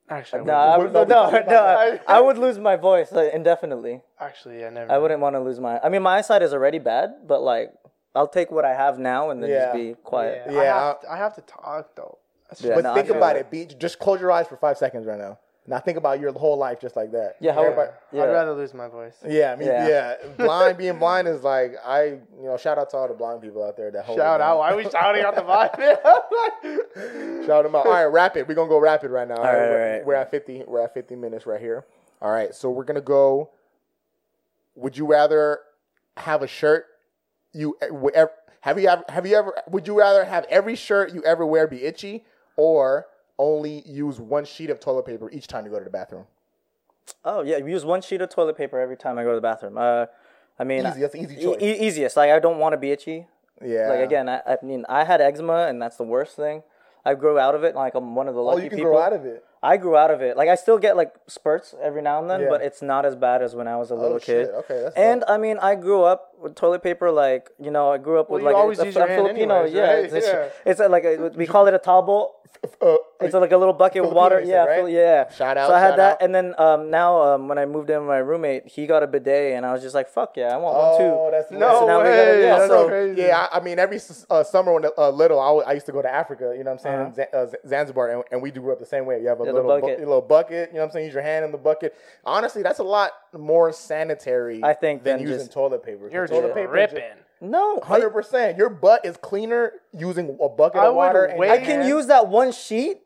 [SPEAKER 1] Actually, I
[SPEAKER 3] No,
[SPEAKER 1] wouldn't.
[SPEAKER 3] I would, no,
[SPEAKER 2] no,
[SPEAKER 3] no,
[SPEAKER 2] we talked
[SPEAKER 3] I, I would lose my voice like, indefinitely.
[SPEAKER 1] actually, I never.
[SPEAKER 3] I wouldn't want to lose my. I mean, my eyesight is already bad, but like, I'll take what I have now and then
[SPEAKER 2] Yeah.
[SPEAKER 3] just be quiet.
[SPEAKER 1] Yeah, I,
[SPEAKER 2] Yeah,
[SPEAKER 1] have to, I have to talk though. That's
[SPEAKER 3] Yeah,
[SPEAKER 2] But
[SPEAKER 3] no, I
[SPEAKER 2] think
[SPEAKER 3] feel
[SPEAKER 2] about
[SPEAKER 3] that.
[SPEAKER 2] it, Beach. Just close your eyes for five seconds right now. Now think about your whole life just like that.
[SPEAKER 3] Yeah, how-
[SPEAKER 2] Everybody-
[SPEAKER 3] yeah.
[SPEAKER 1] I'd rather lose my voice.
[SPEAKER 2] yeah, I mean, yeah.
[SPEAKER 3] Yeah.
[SPEAKER 2] blind being blind is like I, you know, shout out to all the blind people out there that hold
[SPEAKER 1] Shout out! Why are we shouting out the vibe?
[SPEAKER 2] Shout them out. All right, rapid. We're gonna go rapid right now. All
[SPEAKER 3] right,
[SPEAKER 2] we're,
[SPEAKER 3] all right.
[SPEAKER 2] we're at fifty. We're at fifty minutes right here. All right, so we're gonna go. Would you rather have a shirt you whatever, have you ever have you ever would you rather have every shirt you ever wear be itchy or only use one sheet of toilet paper each time you go to the bathroom?
[SPEAKER 3] Oh yeah, use one sheet of toilet paper every time I go to the bathroom. Uh, I mean,
[SPEAKER 2] Easy. That's an easy
[SPEAKER 3] e-
[SPEAKER 2] choice.
[SPEAKER 3] e- easiest. Like, I don't want to be itchy.
[SPEAKER 2] Yeah.
[SPEAKER 3] Like again, I, I mean, I had eczema, and that's the worst thing. I grew out of it. Like I'm one of the
[SPEAKER 2] Oh,
[SPEAKER 3] lucky
[SPEAKER 2] you can
[SPEAKER 3] people.
[SPEAKER 2] grow out of it.
[SPEAKER 3] I grew out of it. Like I still get like spurts every now and then,
[SPEAKER 2] Yeah. Oh,
[SPEAKER 3] but it's not as bad as when I was a little
[SPEAKER 2] shit.
[SPEAKER 3] kid.
[SPEAKER 2] Okay, that's
[SPEAKER 3] and I mean, I grew up with toilet paper. Like you know, I grew up with
[SPEAKER 1] Well, you
[SPEAKER 3] like
[SPEAKER 1] always
[SPEAKER 3] it's,
[SPEAKER 1] use
[SPEAKER 3] I'm
[SPEAKER 1] your hand
[SPEAKER 3] Filipino.
[SPEAKER 1] anyways,
[SPEAKER 3] yeah,
[SPEAKER 1] right?
[SPEAKER 3] it's, it's,
[SPEAKER 1] Yeah.
[SPEAKER 3] it's a, like a, we call it a tabo.
[SPEAKER 2] Uh,
[SPEAKER 3] It's like a little bucket with water.
[SPEAKER 2] Filipino, you
[SPEAKER 3] Yeah,
[SPEAKER 2] said,
[SPEAKER 3] Fil-
[SPEAKER 2] right?
[SPEAKER 3] yeah.
[SPEAKER 2] Shout out,
[SPEAKER 3] So I had
[SPEAKER 2] shout
[SPEAKER 3] that,
[SPEAKER 2] out.
[SPEAKER 3] and then um, now um, when I moved in with my roommate, he got a bidet, and I was just like, "Fuck yeah, I want one too."
[SPEAKER 2] Oh, that's
[SPEAKER 1] No
[SPEAKER 3] So now we gotta-
[SPEAKER 1] way.
[SPEAKER 3] yeah,
[SPEAKER 1] That's
[SPEAKER 3] so-
[SPEAKER 1] crazy.
[SPEAKER 2] Yeah, I, I mean, every s- uh, summer when uh, little, I, w- I used to go to Africa. You know what I'm saying? Z-
[SPEAKER 1] Uh-huh.
[SPEAKER 2] uh, Z- Zanzibar, and, and we grew up the same way. You have a
[SPEAKER 3] Yeah, the
[SPEAKER 2] little bu-
[SPEAKER 3] bucket.
[SPEAKER 2] little bucket. You know what I'm saying? Use your hand in the bucket. Honestly, that's a lot more sanitary.
[SPEAKER 3] I think,
[SPEAKER 2] than,
[SPEAKER 3] than
[SPEAKER 2] using
[SPEAKER 3] just-
[SPEAKER 2] toilet paper. 'Cause
[SPEAKER 1] You're
[SPEAKER 2] toilet
[SPEAKER 1] just
[SPEAKER 2] paper
[SPEAKER 1] ripping.
[SPEAKER 3] No, I-
[SPEAKER 2] Hundred percent. Your butt is cleaner using a bucket
[SPEAKER 1] I
[SPEAKER 2] of
[SPEAKER 1] would
[SPEAKER 2] water. and
[SPEAKER 1] wait-
[SPEAKER 3] I can
[SPEAKER 1] man.
[SPEAKER 3] use that one sheet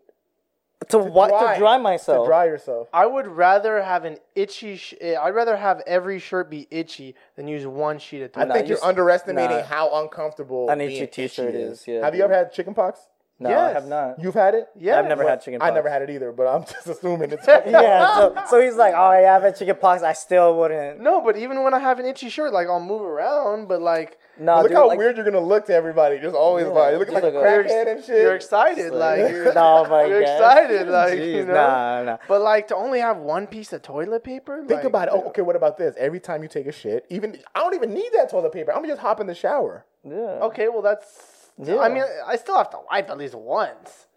[SPEAKER 3] to wa-
[SPEAKER 2] dry.
[SPEAKER 3] to dry myself.
[SPEAKER 2] to dry yourself.
[SPEAKER 1] I would rather have an itchy. Sh- eh, I'd rather have every shirt be itchy than use one sheet of
[SPEAKER 2] I
[SPEAKER 1] toilet.
[SPEAKER 2] think
[SPEAKER 3] you
[SPEAKER 2] you're
[SPEAKER 3] s-
[SPEAKER 2] underestimating
[SPEAKER 3] nah.
[SPEAKER 2] how uncomfortable
[SPEAKER 3] An
[SPEAKER 2] being
[SPEAKER 3] itchy t-shirt is, yeah,
[SPEAKER 2] have you ever
[SPEAKER 3] dude.
[SPEAKER 2] had chicken pox?
[SPEAKER 3] No, I
[SPEAKER 1] Yes.
[SPEAKER 3] have not.
[SPEAKER 2] You've had it.
[SPEAKER 1] Yeah,
[SPEAKER 3] I've never
[SPEAKER 1] but-
[SPEAKER 3] had chicken.
[SPEAKER 2] I
[SPEAKER 3] pox.
[SPEAKER 2] never had it either, but I'm just assuming it's.
[SPEAKER 3] yeah, so, so he's like, oh yeah, I've had chicken pox. I still wouldn't.
[SPEAKER 1] No, but even when I have an itchy shirt, like I'll move around, but like
[SPEAKER 3] No,
[SPEAKER 2] Look
[SPEAKER 3] dude,
[SPEAKER 2] how
[SPEAKER 3] like,
[SPEAKER 2] weird you're gonna look to everybody. Just always like you're looking
[SPEAKER 3] just
[SPEAKER 2] like a
[SPEAKER 3] like a-
[SPEAKER 2] crackhead and shit.
[SPEAKER 1] you're excited, like you're,
[SPEAKER 3] No, my
[SPEAKER 1] you're
[SPEAKER 3] God.
[SPEAKER 1] excited, like you
[SPEAKER 3] Jeez,
[SPEAKER 1] know.
[SPEAKER 3] nah, nah.
[SPEAKER 1] But like to only have one piece of toilet paper.
[SPEAKER 2] Think about it. Oh, okay. What about this? Every time you take a shit, even I don't even need that toilet paper. I'm just hop in the shower.
[SPEAKER 3] Yeah.
[SPEAKER 1] Okay, well that's.
[SPEAKER 3] Yeah.
[SPEAKER 1] I mean, I still have to wipe at least once.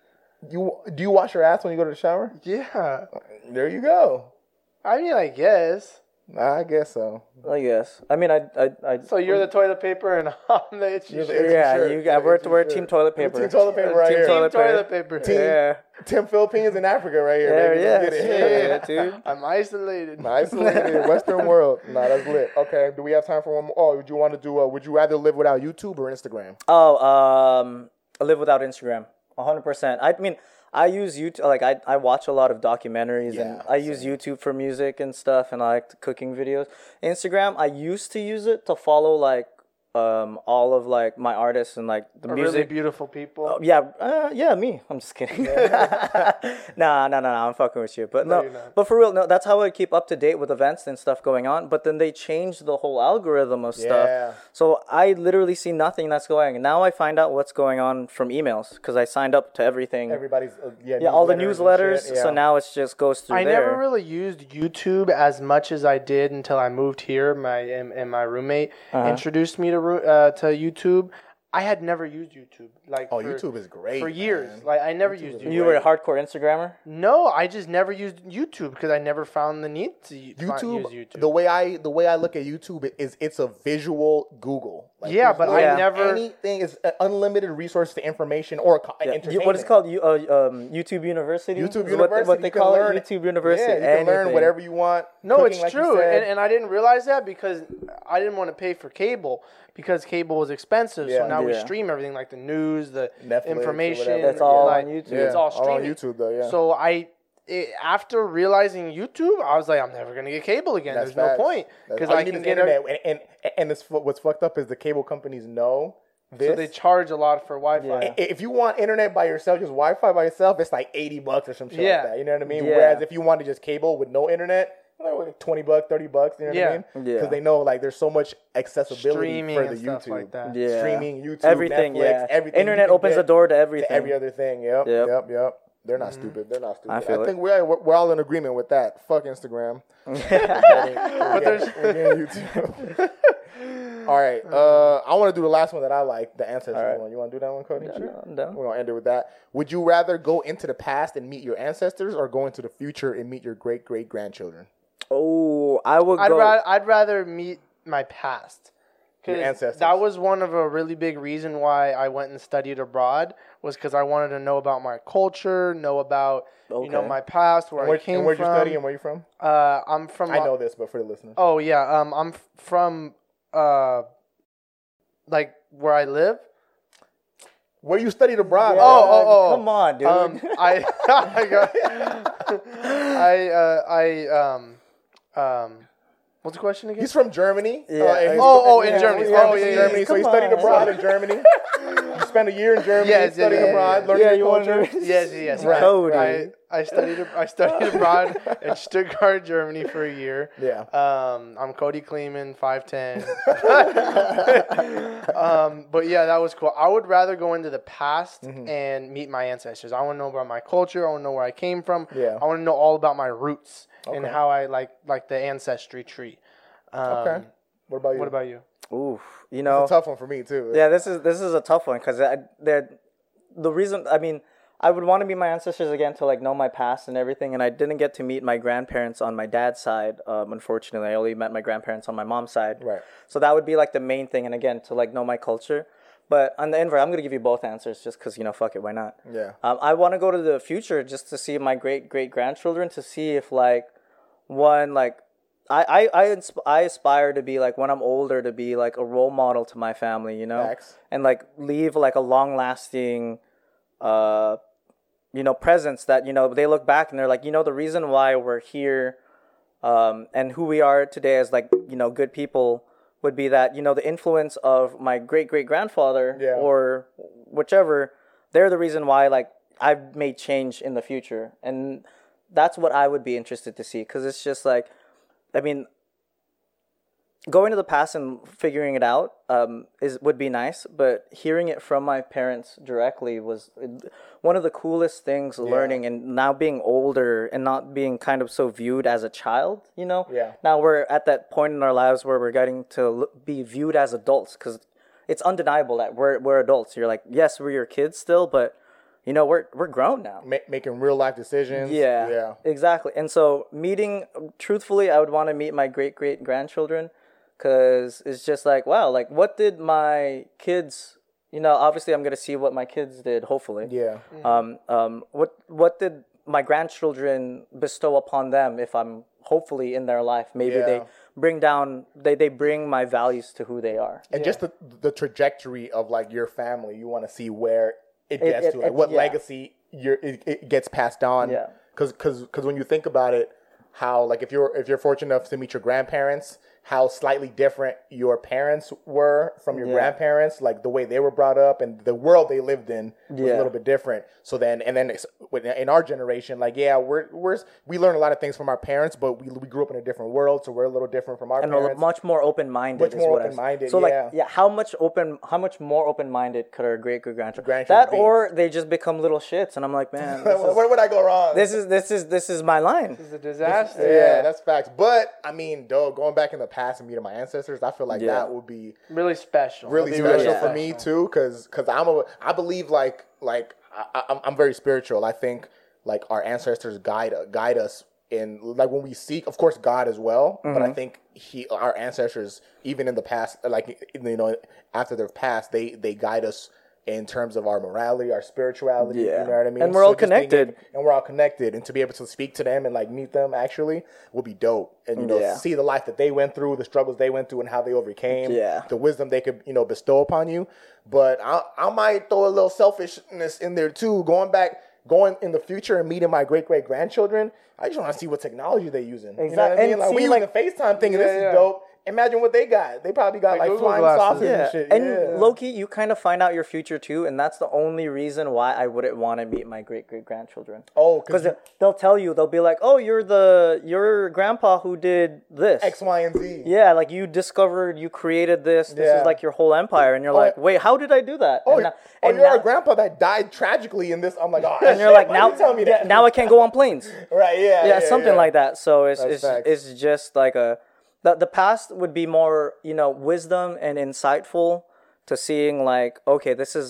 [SPEAKER 2] You do you wash your ass when you go to the shower?
[SPEAKER 1] Yeah.
[SPEAKER 2] There you go.
[SPEAKER 1] I mean, I guess.
[SPEAKER 2] I guess so.
[SPEAKER 3] I guess. I mean, I, I, I
[SPEAKER 1] So you're the toilet paper and I'm the itchy
[SPEAKER 2] You're the
[SPEAKER 1] shirt.
[SPEAKER 2] itchy
[SPEAKER 3] yeah,
[SPEAKER 2] shirt.
[SPEAKER 3] you got. We're,
[SPEAKER 2] Itchy
[SPEAKER 3] we're
[SPEAKER 2] shirt.
[SPEAKER 3] team toilet
[SPEAKER 2] We're
[SPEAKER 3] paper.
[SPEAKER 2] Team toilet paper right
[SPEAKER 3] Team
[SPEAKER 2] here.
[SPEAKER 3] toilet
[SPEAKER 1] toilet paper.
[SPEAKER 3] Yeah,
[SPEAKER 2] Team Philippines and Africa right here.
[SPEAKER 3] there,
[SPEAKER 2] baby.
[SPEAKER 3] yeah,
[SPEAKER 2] Let's get
[SPEAKER 3] yeah,
[SPEAKER 2] it.
[SPEAKER 3] dude.
[SPEAKER 1] I'm isolated.
[SPEAKER 2] Isolated Western world. Nah, that's lit. Okay, do we have time for one more? Oh, would you want to do? Uh, would you rather live without YouTube or Instagram?
[SPEAKER 3] Oh, um, I live without Instagram. hundred percent. I mean, I use YouTube. Like, I, I watch a lot of documentaries, and
[SPEAKER 2] Yeah,
[SPEAKER 3] I use YouTube for music and stuff, and I like cooking videos. Instagram, I used to use it to follow like um all of like my artists and like the music.
[SPEAKER 1] Really beautiful people.
[SPEAKER 2] Oh,
[SPEAKER 3] Yeah, uh, yeah, me. I'm just kidding. nah, nah, nah, nah. I'm fucking with you, but no,
[SPEAKER 1] you're not.
[SPEAKER 3] but for real, no. That's how I keep up to date with events and stuff going on. But then they change the whole algorithm of
[SPEAKER 2] Yeah.
[SPEAKER 3] stuff, so I literally see nothing that's going. Now I find out what's going on from emails because I signed up to everything.
[SPEAKER 2] Everybody's uh, yeah.
[SPEAKER 3] yeah, all the
[SPEAKER 2] and
[SPEAKER 3] newsletters.
[SPEAKER 2] shit,
[SPEAKER 3] So
[SPEAKER 2] yeah.
[SPEAKER 3] now it's just goes through
[SPEAKER 1] I
[SPEAKER 3] there.
[SPEAKER 1] never really used YouTube as much as I did until I moved here. My and, and my roommate
[SPEAKER 2] Uh-huh.
[SPEAKER 1] introduced me to ru- uh, to YouTube. I had never used YouTube. Like
[SPEAKER 2] Oh,
[SPEAKER 1] for-
[SPEAKER 2] YouTube is great
[SPEAKER 1] for years.
[SPEAKER 2] man.
[SPEAKER 1] Like I never used YouTube.
[SPEAKER 3] you were a hardcore Instagrammer.
[SPEAKER 1] no, I just never used YouTube because I never found the need to u- fi-
[SPEAKER 2] YouTube,
[SPEAKER 1] use YouTube.
[SPEAKER 2] The way I the way I look at YouTube is it's a visual Google. Like,
[SPEAKER 1] Yeah,
[SPEAKER 2] there's
[SPEAKER 1] but I
[SPEAKER 2] literally
[SPEAKER 1] never-
[SPEAKER 2] anything is uh, unlimited resource to information or co-
[SPEAKER 3] You,
[SPEAKER 2] entertainment.
[SPEAKER 3] what is it called? You, uh, um, YouTube University.
[SPEAKER 2] YouTube
[SPEAKER 3] Is what they-
[SPEAKER 2] University.
[SPEAKER 3] What they
[SPEAKER 2] you can
[SPEAKER 3] call
[SPEAKER 2] learn-
[SPEAKER 3] it? YouTube University.
[SPEAKER 2] Yeah, you can learn
[SPEAKER 3] anything.
[SPEAKER 2] whatever you want.
[SPEAKER 1] no,
[SPEAKER 2] cooking,
[SPEAKER 1] it's
[SPEAKER 2] like you
[SPEAKER 1] true,
[SPEAKER 2] said.
[SPEAKER 1] and, and I didn't realize that because I didn't want to pay for cable because cable was expensive.
[SPEAKER 2] Yeah.
[SPEAKER 1] so now we
[SPEAKER 3] Yeah.
[SPEAKER 1] stream everything like the news, the
[SPEAKER 2] Netflix or
[SPEAKER 1] information.
[SPEAKER 2] whatever.
[SPEAKER 3] That's all
[SPEAKER 1] like,
[SPEAKER 3] on YouTube.
[SPEAKER 2] yeah,
[SPEAKER 1] It's all
[SPEAKER 2] on
[SPEAKER 1] streaming.
[SPEAKER 2] YouTube though. Yeah.
[SPEAKER 1] So I, it, after realizing YouTube, I was like, I'm never gonna get cable again.
[SPEAKER 2] That's
[SPEAKER 1] There's
[SPEAKER 2] facts.
[SPEAKER 1] no point
[SPEAKER 2] That's-
[SPEAKER 1] because
[SPEAKER 2] all you
[SPEAKER 1] I
[SPEAKER 2] need
[SPEAKER 1] can
[SPEAKER 2] is
[SPEAKER 1] get
[SPEAKER 2] internet,
[SPEAKER 1] it.
[SPEAKER 2] and and, and it's, what's fucked up is the cable companies know this.
[SPEAKER 1] So they charge a lot for Wi-Fi.
[SPEAKER 2] I- if you want internet by yourself, just Wi-Fi by yourself, it's like eighty bucks or some shit
[SPEAKER 1] Yeah.
[SPEAKER 2] like that. You know what I mean?
[SPEAKER 3] Yeah.
[SPEAKER 2] Whereas if you wanted just cable with no internet, like what, twenty bucks, thirty bucks. You know
[SPEAKER 1] Yeah.
[SPEAKER 2] what I mean? Because
[SPEAKER 3] Yeah.
[SPEAKER 2] they know like there's so much accessibility
[SPEAKER 1] Streaming
[SPEAKER 2] for
[SPEAKER 1] and
[SPEAKER 2] the
[SPEAKER 1] stuff
[SPEAKER 2] YouTube,
[SPEAKER 1] like that.
[SPEAKER 3] Yeah.
[SPEAKER 2] streaming, YouTube,
[SPEAKER 3] Everything,
[SPEAKER 2] Netflix,
[SPEAKER 3] yeah.
[SPEAKER 2] everything. you
[SPEAKER 3] Internet
[SPEAKER 2] can
[SPEAKER 3] opens
[SPEAKER 2] get
[SPEAKER 3] the door to
[SPEAKER 2] to
[SPEAKER 3] everything.
[SPEAKER 2] every other thing. Yep, yep,
[SPEAKER 3] Yep.
[SPEAKER 2] yep. They're not stupid. They're not stupid. I,
[SPEAKER 3] feel it.
[SPEAKER 2] think we're, we're we're all in agreement with that. Fuck Instagram.
[SPEAKER 1] But there's
[SPEAKER 2] We're getting YouTube. All right. Uh, I want to do the last one that I like, the ancestors one. You want to do that one, Cody? sure.
[SPEAKER 3] I'm down.
[SPEAKER 2] We're gonna end it with that. Would you rather go into the past and meet your ancestors, or go into the future and meet your great great grandchildren,
[SPEAKER 3] Oh, I would
[SPEAKER 1] I'd
[SPEAKER 3] go.
[SPEAKER 1] rather I'd rather meet my past. 'Cause
[SPEAKER 2] Your ancestors.
[SPEAKER 1] That was one of a really big reason why I went and studied abroad was because I wanted to know about my culture, know about you know
[SPEAKER 3] Okay.
[SPEAKER 1] my past, where,
[SPEAKER 2] where,
[SPEAKER 1] I came
[SPEAKER 2] and where'd
[SPEAKER 1] from.
[SPEAKER 2] you study, and where you from?
[SPEAKER 1] Uh, I'm from.
[SPEAKER 2] I know this, but for the listeners,
[SPEAKER 1] Oh yeah, um, I'm f- from uh, like where I live.
[SPEAKER 2] where you studied abroad?
[SPEAKER 1] Oh, oh, oh.
[SPEAKER 3] Come on, dude.
[SPEAKER 1] Um, I, I, got, I, uh, I, um, um, what's the question again?
[SPEAKER 2] he's from Germany. Uh, Yeah.
[SPEAKER 1] Oh, oh, in Germany. Oh, yeah, yeah,
[SPEAKER 2] Germany.
[SPEAKER 1] yeah.
[SPEAKER 2] So he
[SPEAKER 3] Come
[SPEAKER 2] studied
[SPEAKER 3] on.
[SPEAKER 2] abroad in Germany. you spent a year in Germany
[SPEAKER 1] Yes, yes,
[SPEAKER 2] studying
[SPEAKER 1] yeah,
[SPEAKER 2] abroad,
[SPEAKER 1] yeah,
[SPEAKER 2] learning
[SPEAKER 3] yeah,
[SPEAKER 2] the
[SPEAKER 3] you want
[SPEAKER 2] culture.
[SPEAKER 3] to?
[SPEAKER 1] yes, yes.
[SPEAKER 2] Right,
[SPEAKER 3] Cody.
[SPEAKER 1] I, I studied, I studied abroad in Stuttgart, Germany, for a year.
[SPEAKER 2] Yeah.
[SPEAKER 1] Um, I'm Cody Kleeman, five ten. um, but yeah, that was cool. I would rather go into the past
[SPEAKER 2] Mm-hmm.
[SPEAKER 1] and meet my ancestors. I want to know about my culture. I want to know where I came from.
[SPEAKER 2] Yeah.
[SPEAKER 1] I want to know all about my roots and how I like like the ancestry tree. Um,
[SPEAKER 2] Okay. What about you?
[SPEAKER 1] What about you?
[SPEAKER 3] Oof, you know.
[SPEAKER 2] It's a tough one for me too.
[SPEAKER 3] yeah, this is this is a tough one because they're the reason. I mean, I would want to meet my ancestors again to like know my past and everything, and I didn't get to meet my grandparents on my dad's side. Um, unfortunately, I only met my grandparents on my mom's side.
[SPEAKER 2] Right.
[SPEAKER 3] So that would be like the main thing, and again to like know my culture. But on the invert, I'm gonna give you both answers just because you know, fuck it, why not?
[SPEAKER 2] Yeah.
[SPEAKER 3] Um, I want to go to the future just to see my great great grandchildren to see if like one like I I I, insp- I aspire to be like when I'm older to be like a role model to my family, you know,
[SPEAKER 2] Facts.
[SPEAKER 3] and like leave like a long lasting, uh, you know, presence that you know they look back and they're like, you know, the reason why we're here, um, and who we are today as like you know good people would be that you know the influence of my great great grandfather
[SPEAKER 2] Yeah.
[SPEAKER 3] or whichever they're the reason why like I've made change in the future and that's what I would be interested to see because it's just like I mean, going to the past and figuring it out um, is would be nice, but hearing it from my parents directly was one of the coolest things. Learning and now being older and not being kind of so viewed as a child, you know.
[SPEAKER 2] Yeah.
[SPEAKER 3] Now we're at that point in our lives where we're getting to l- be viewed as adults because it's undeniable that we're we're adults. You're like, yes, we're your kids still, but you know we're we're grown now.
[SPEAKER 2] Ma- making real life decisions.
[SPEAKER 3] Yeah.
[SPEAKER 2] Yeah.
[SPEAKER 3] Exactly. And so meeting truthfully, I would want to meet my great great grandchildren cuz it's just like wow, like what did my kids you know, obviously I'm going to see what my kids did hopefully.
[SPEAKER 2] Yeah.
[SPEAKER 3] Um um what what did my grandchildren bestow upon them if I'm hopefully in their life maybe
[SPEAKER 2] Yeah.
[SPEAKER 3] they bring down they they bring my values to who they are.
[SPEAKER 2] And just the the trajectory of like your family, you want to see where
[SPEAKER 3] It-
[SPEAKER 2] it gets
[SPEAKER 3] it-
[SPEAKER 2] to, like
[SPEAKER 3] it-
[SPEAKER 2] what
[SPEAKER 3] yeah.
[SPEAKER 2] legacy your it, it gets passed on.
[SPEAKER 3] Yeah.
[SPEAKER 2] Because because when you think about it, how like if you're if you're fortunate enough to meet your grandparents, how slightly different your parents were from your grandparents, like the way they were brought up and the world they lived in was a
[SPEAKER 3] Yeah.
[SPEAKER 2] little bit different. So then and then it's, with- in our generation, like yeah, we're we're we learn a lot of things from our parents, but we we grew up in a different world, so we're a little different from our
[SPEAKER 3] and
[SPEAKER 2] parents.
[SPEAKER 3] a much more open minded.
[SPEAKER 2] Much more
[SPEAKER 3] what I-
[SPEAKER 2] open-minded,
[SPEAKER 3] So like,
[SPEAKER 2] yeah.
[SPEAKER 3] yeah, how much open, how much more open minded could our great great grandchildren
[SPEAKER 2] Grandchildren
[SPEAKER 3] that,
[SPEAKER 2] be.
[SPEAKER 3] or they just become little shits, and I'm like, man, this
[SPEAKER 2] where,
[SPEAKER 3] is
[SPEAKER 2] where would I go wrong?
[SPEAKER 3] this is this is, this is my line.
[SPEAKER 1] It's a disaster.
[SPEAKER 2] Yeah, that's facts. But I mean, though, going back in the past and meeting my ancestors, I feel like that would be
[SPEAKER 1] Really special.
[SPEAKER 2] really
[SPEAKER 1] It'll be
[SPEAKER 2] special
[SPEAKER 3] really
[SPEAKER 2] for me too, because because I'm a I believe like like I, I- I'm I'm very spiritual. I think like our ancestors guide guide us in like when we seek, of course, God as well. But
[SPEAKER 3] Mm-hmm.
[SPEAKER 2] I think he our ancestors even in the past, like you know, after their past, they they guide us. In terms of our morality, our spirituality,
[SPEAKER 3] Yeah.
[SPEAKER 2] you know what I mean.
[SPEAKER 3] And we're all
[SPEAKER 2] just being
[SPEAKER 3] connected.
[SPEAKER 2] able- and we're all connected and to be able to speak to them and like meet them actually will be dope and you know
[SPEAKER 3] Yeah.
[SPEAKER 2] see the life that they went through the struggles they went through and how they overcame
[SPEAKER 3] Yeah.
[SPEAKER 2] the wisdom they could you know bestow upon you but i, I might throw a little selfishness in there too going back going in the future and meeting my great great grandchildren i just want to see what technology they're using you know what i
[SPEAKER 3] Exactly.
[SPEAKER 2] mean
[SPEAKER 3] And
[SPEAKER 2] like we
[SPEAKER 3] see,
[SPEAKER 2] using facetime thinking this is
[SPEAKER 1] yeah.
[SPEAKER 2] dope imagine what they got they probably got like,
[SPEAKER 1] Google
[SPEAKER 2] flying
[SPEAKER 1] glasses.
[SPEAKER 2] saucers
[SPEAKER 3] Yeah.
[SPEAKER 2] and shit
[SPEAKER 3] and
[SPEAKER 2] yeah.
[SPEAKER 3] Loki, you kind of find out your future too, and that's the only reason why I wouldn't want to meet my great great grandchildren.
[SPEAKER 2] oh because
[SPEAKER 3] Because they'll tell you, they'll be like, "Oh, you're the your grandpa who did this."
[SPEAKER 2] x y and z
[SPEAKER 3] Yeah, like you discovered, you created this. This
[SPEAKER 2] Yeah.
[SPEAKER 3] is like your whole empire, and you're like, wait, how did I do that?
[SPEAKER 2] Oh,
[SPEAKER 3] and, now-
[SPEAKER 2] oh,
[SPEAKER 3] and
[SPEAKER 2] you're our
[SPEAKER 3] now-
[SPEAKER 2] grandpa that died tragically in this. I'm like, oh,
[SPEAKER 3] and you're like, now,
[SPEAKER 2] you tell me
[SPEAKER 3] yeah,
[SPEAKER 2] that.
[SPEAKER 3] now I can't go on planes.
[SPEAKER 2] right? Yeah,
[SPEAKER 3] yeah, something like that. So it's it's,
[SPEAKER 2] facts.
[SPEAKER 3] it's just like a the the past would be more you know wisdom and insightful to seeing like okay, this is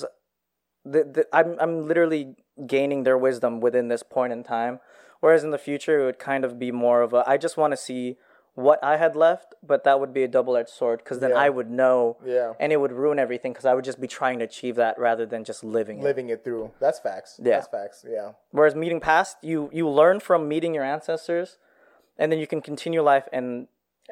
[SPEAKER 3] the, the I'm I'm literally gaining their wisdom within this point in time. Whereas in the future, it would kind of be more of a I just want to see what I had left, but that would be a double edged sword because then I would know,
[SPEAKER 2] Yeah.
[SPEAKER 3] and it would ruin everything because I would just be trying to achieve that rather than just living it.
[SPEAKER 2] Living it through. That's facts.
[SPEAKER 3] Yeah.
[SPEAKER 2] that's facts. Yeah,
[SPEAKER 3] Whereas meeting past, you you learn from meeting your ancestors, and then you can continue life and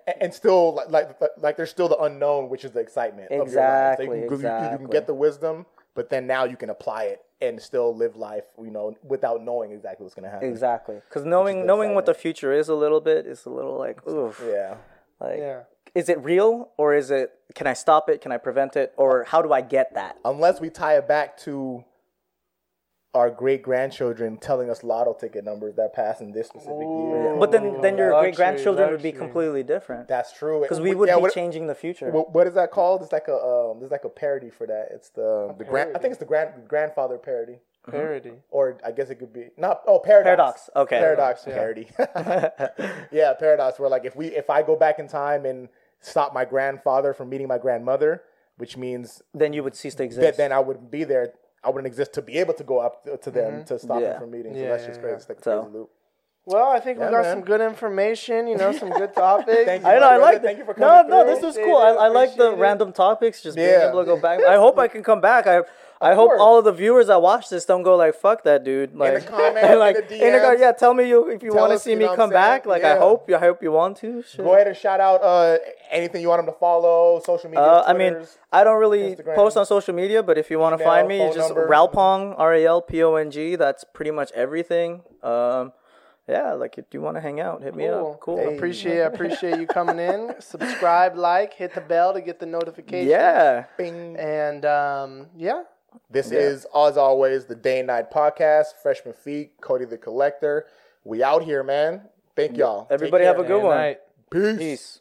[SPEAKER 2] A- and still, like, like, like, there's still the unknown, which is the excitement. Of your life. So you
[SPEAKER 3] Exactly,
[SPEAKER 2] can, go- you- You, can
[SPEAKER 3] exactly.
[SPEAKER 2] get the wisdom, but then now you can apply it and still live life, you know, without knowing exactly what's gonna happen.
[SPEAKER 3] exactly because knowing knowing what the future is a little bit is a little like oof.
[SPEAKER 2] Yeah.
[SPEAKER 3] Like,
[SPEAKER 1] Yeah.
[SPEAKER 3] is it real or is it? Can I stop it? Can I prevent it? Or how do I get that?
[SPEAKER 2] Unless we tie it back to our great grandchildren telling us lotto ticket numbers that pass in this specific year.
[SPEAKER 3] But then then your
[SPEAKER 1] Luxury,
[SPEAKER 3] great grandchildren would be
[SPEAKER 1] luxury.
[SPEAKER 3] completely different
[SPEAKER 2] That's true.
[SPEAKER 3] because we would
[SPEAKER 2] yeah,
[SPEAKER 3] be
[SPEAKER 2] what-
[SPEAKER 3] changing the future.
[SPEAKER 2] What, what is that called? It's like a um, there's like a parody for that. It's the the grand. I think it's the grand grandfather parody,
[SPEAKER 1] Parody.
[SPEAKER 2] or I guess it could be not. Oh,
[SPEAKER 3] Paradox,
[SPEAKER 2] paradox.
[SPEAKER 3] okay.
[SPEAKER 2] Paradox parody. yeah, paradox. Where like if we if I go back in time and stop my grandfather from meeting my grandmother, which means
[SPEAKER 3] then you would cease to exist.
[SPEAKER 2] that then I wouldn't be there. I wouldn't exist to be able to go up to, to them to stop them
[SPEAKER 3] Mm-hmm. Yeah.
[SPEAKER 2] from meeting. So
[SPEAKER 1] Yeah,
[SPEAKER 2] that's
[SPEAKER 1] yeah,
[SPEAKER 2] just
[SPEAKER 1] yeah.
[SPEAKER 2] crazy. It's like a
[SPEAKER 3] So-
[SPEAKER 2] crazy loop.
[SPEAKER 1] Well, I think
[SPEAKER 2] Yeah,
[SPEAKER 1] we got
[SPEAKER 2] man.
[SPEAKER 1] some good information. You know, some good topics.
[SPEAKER 2] Thank you,
[SPEAKER 3] I know. I
[SPEAKER 2] Brother,
[SPEAKER 3] like.
[SPEAKER 2] thank you for
[SPEAKER 3] no,
[SPEAKER 2] coming
[SPEAKER 3] no.
[SPEAKER 2] through.
[SPEAKER 3] This was
[SPEAKER 1] Appreciate
[SPEAKER 3] cool.
[SPEAKER 1] it,
[SPEAKER 3] I, I like the
[SPEAKER 1] appreciate it.
[SPEAKER 3] random topics. Just being
[SPEAKER 2] Yeah.
[SPEAKER 3] able to go back. I hope I can come back. I, I hope
[SPEAKER 2] course.
[SPEAKER 3] all of the viewers that watch this don't go like, "Fuck that dude." Like,
[SPEAKER 2] comments, in
[SPEAKER 3] like,
[SPEAKER 2] the
[SPEAKER 3] in the car,
[SPEAKER 2] DMs.
[SPEAKER 3] yeah. Tell me you if you
[SPEAKER 2] Tell
[SPEAKER 3] want to
[SPEAKER 2] us,
[SPEAKER 3] see
[SPEAKER 2] you
[SPEAKER 3] me
[SPEAKER 2] know what I'm
[SPEAKER 3] come back.
[SPEAKER 2] saying?
[SPEAKER 3] Like,
[SPEAKER 2] Yeah.
[SPEAKER 3] I hope. I hope you want to. Shit.
[SPEAKER 2] Go ahead and shout out uh, anything you want them to follow, social media.
[SPEAKER 3] Uh, I mean,
[SPEAKER 2] Twitters.
[SPEAKER 3] I don't really
[SPEAKER 2] Instagram,
[SPEAKER 3] post on social media, but if you want to
[SPEAKER 2] email,
[SPEAKER 3] find me, you
[SPEAKER 2] phone
[SPEAKER 3] just
[SPEAKER 2] number.
[SPEAKER 3] Ralpong R A L P O N G. That's pretty much everything. Um, yeah, like if you want to hang out, hit me
[SPEAKER 1] Cool.
[SPEAKER 3] up. Cool.
[SPEAKER 1] Appreciate appreciate you coming in. Subscribe, like, hit the bell to get the notification.
[SPEAKER 3] Yeah.
[SPEAKER 2] Bing.
[SPEAKER 1] And um, yeah.
[SPEAKER 2] This is, as always, the Day and Night Podcast. Freshman Feet, Cody the Collector. We out here, man. Thank y'all. Take
[SPEAKER 3] Everybody
[SPEAKER 2] care.
[SPEAKER 3] have a good one.
[SPEAKER 2] Peace.
[SPEAKER 3] Peace.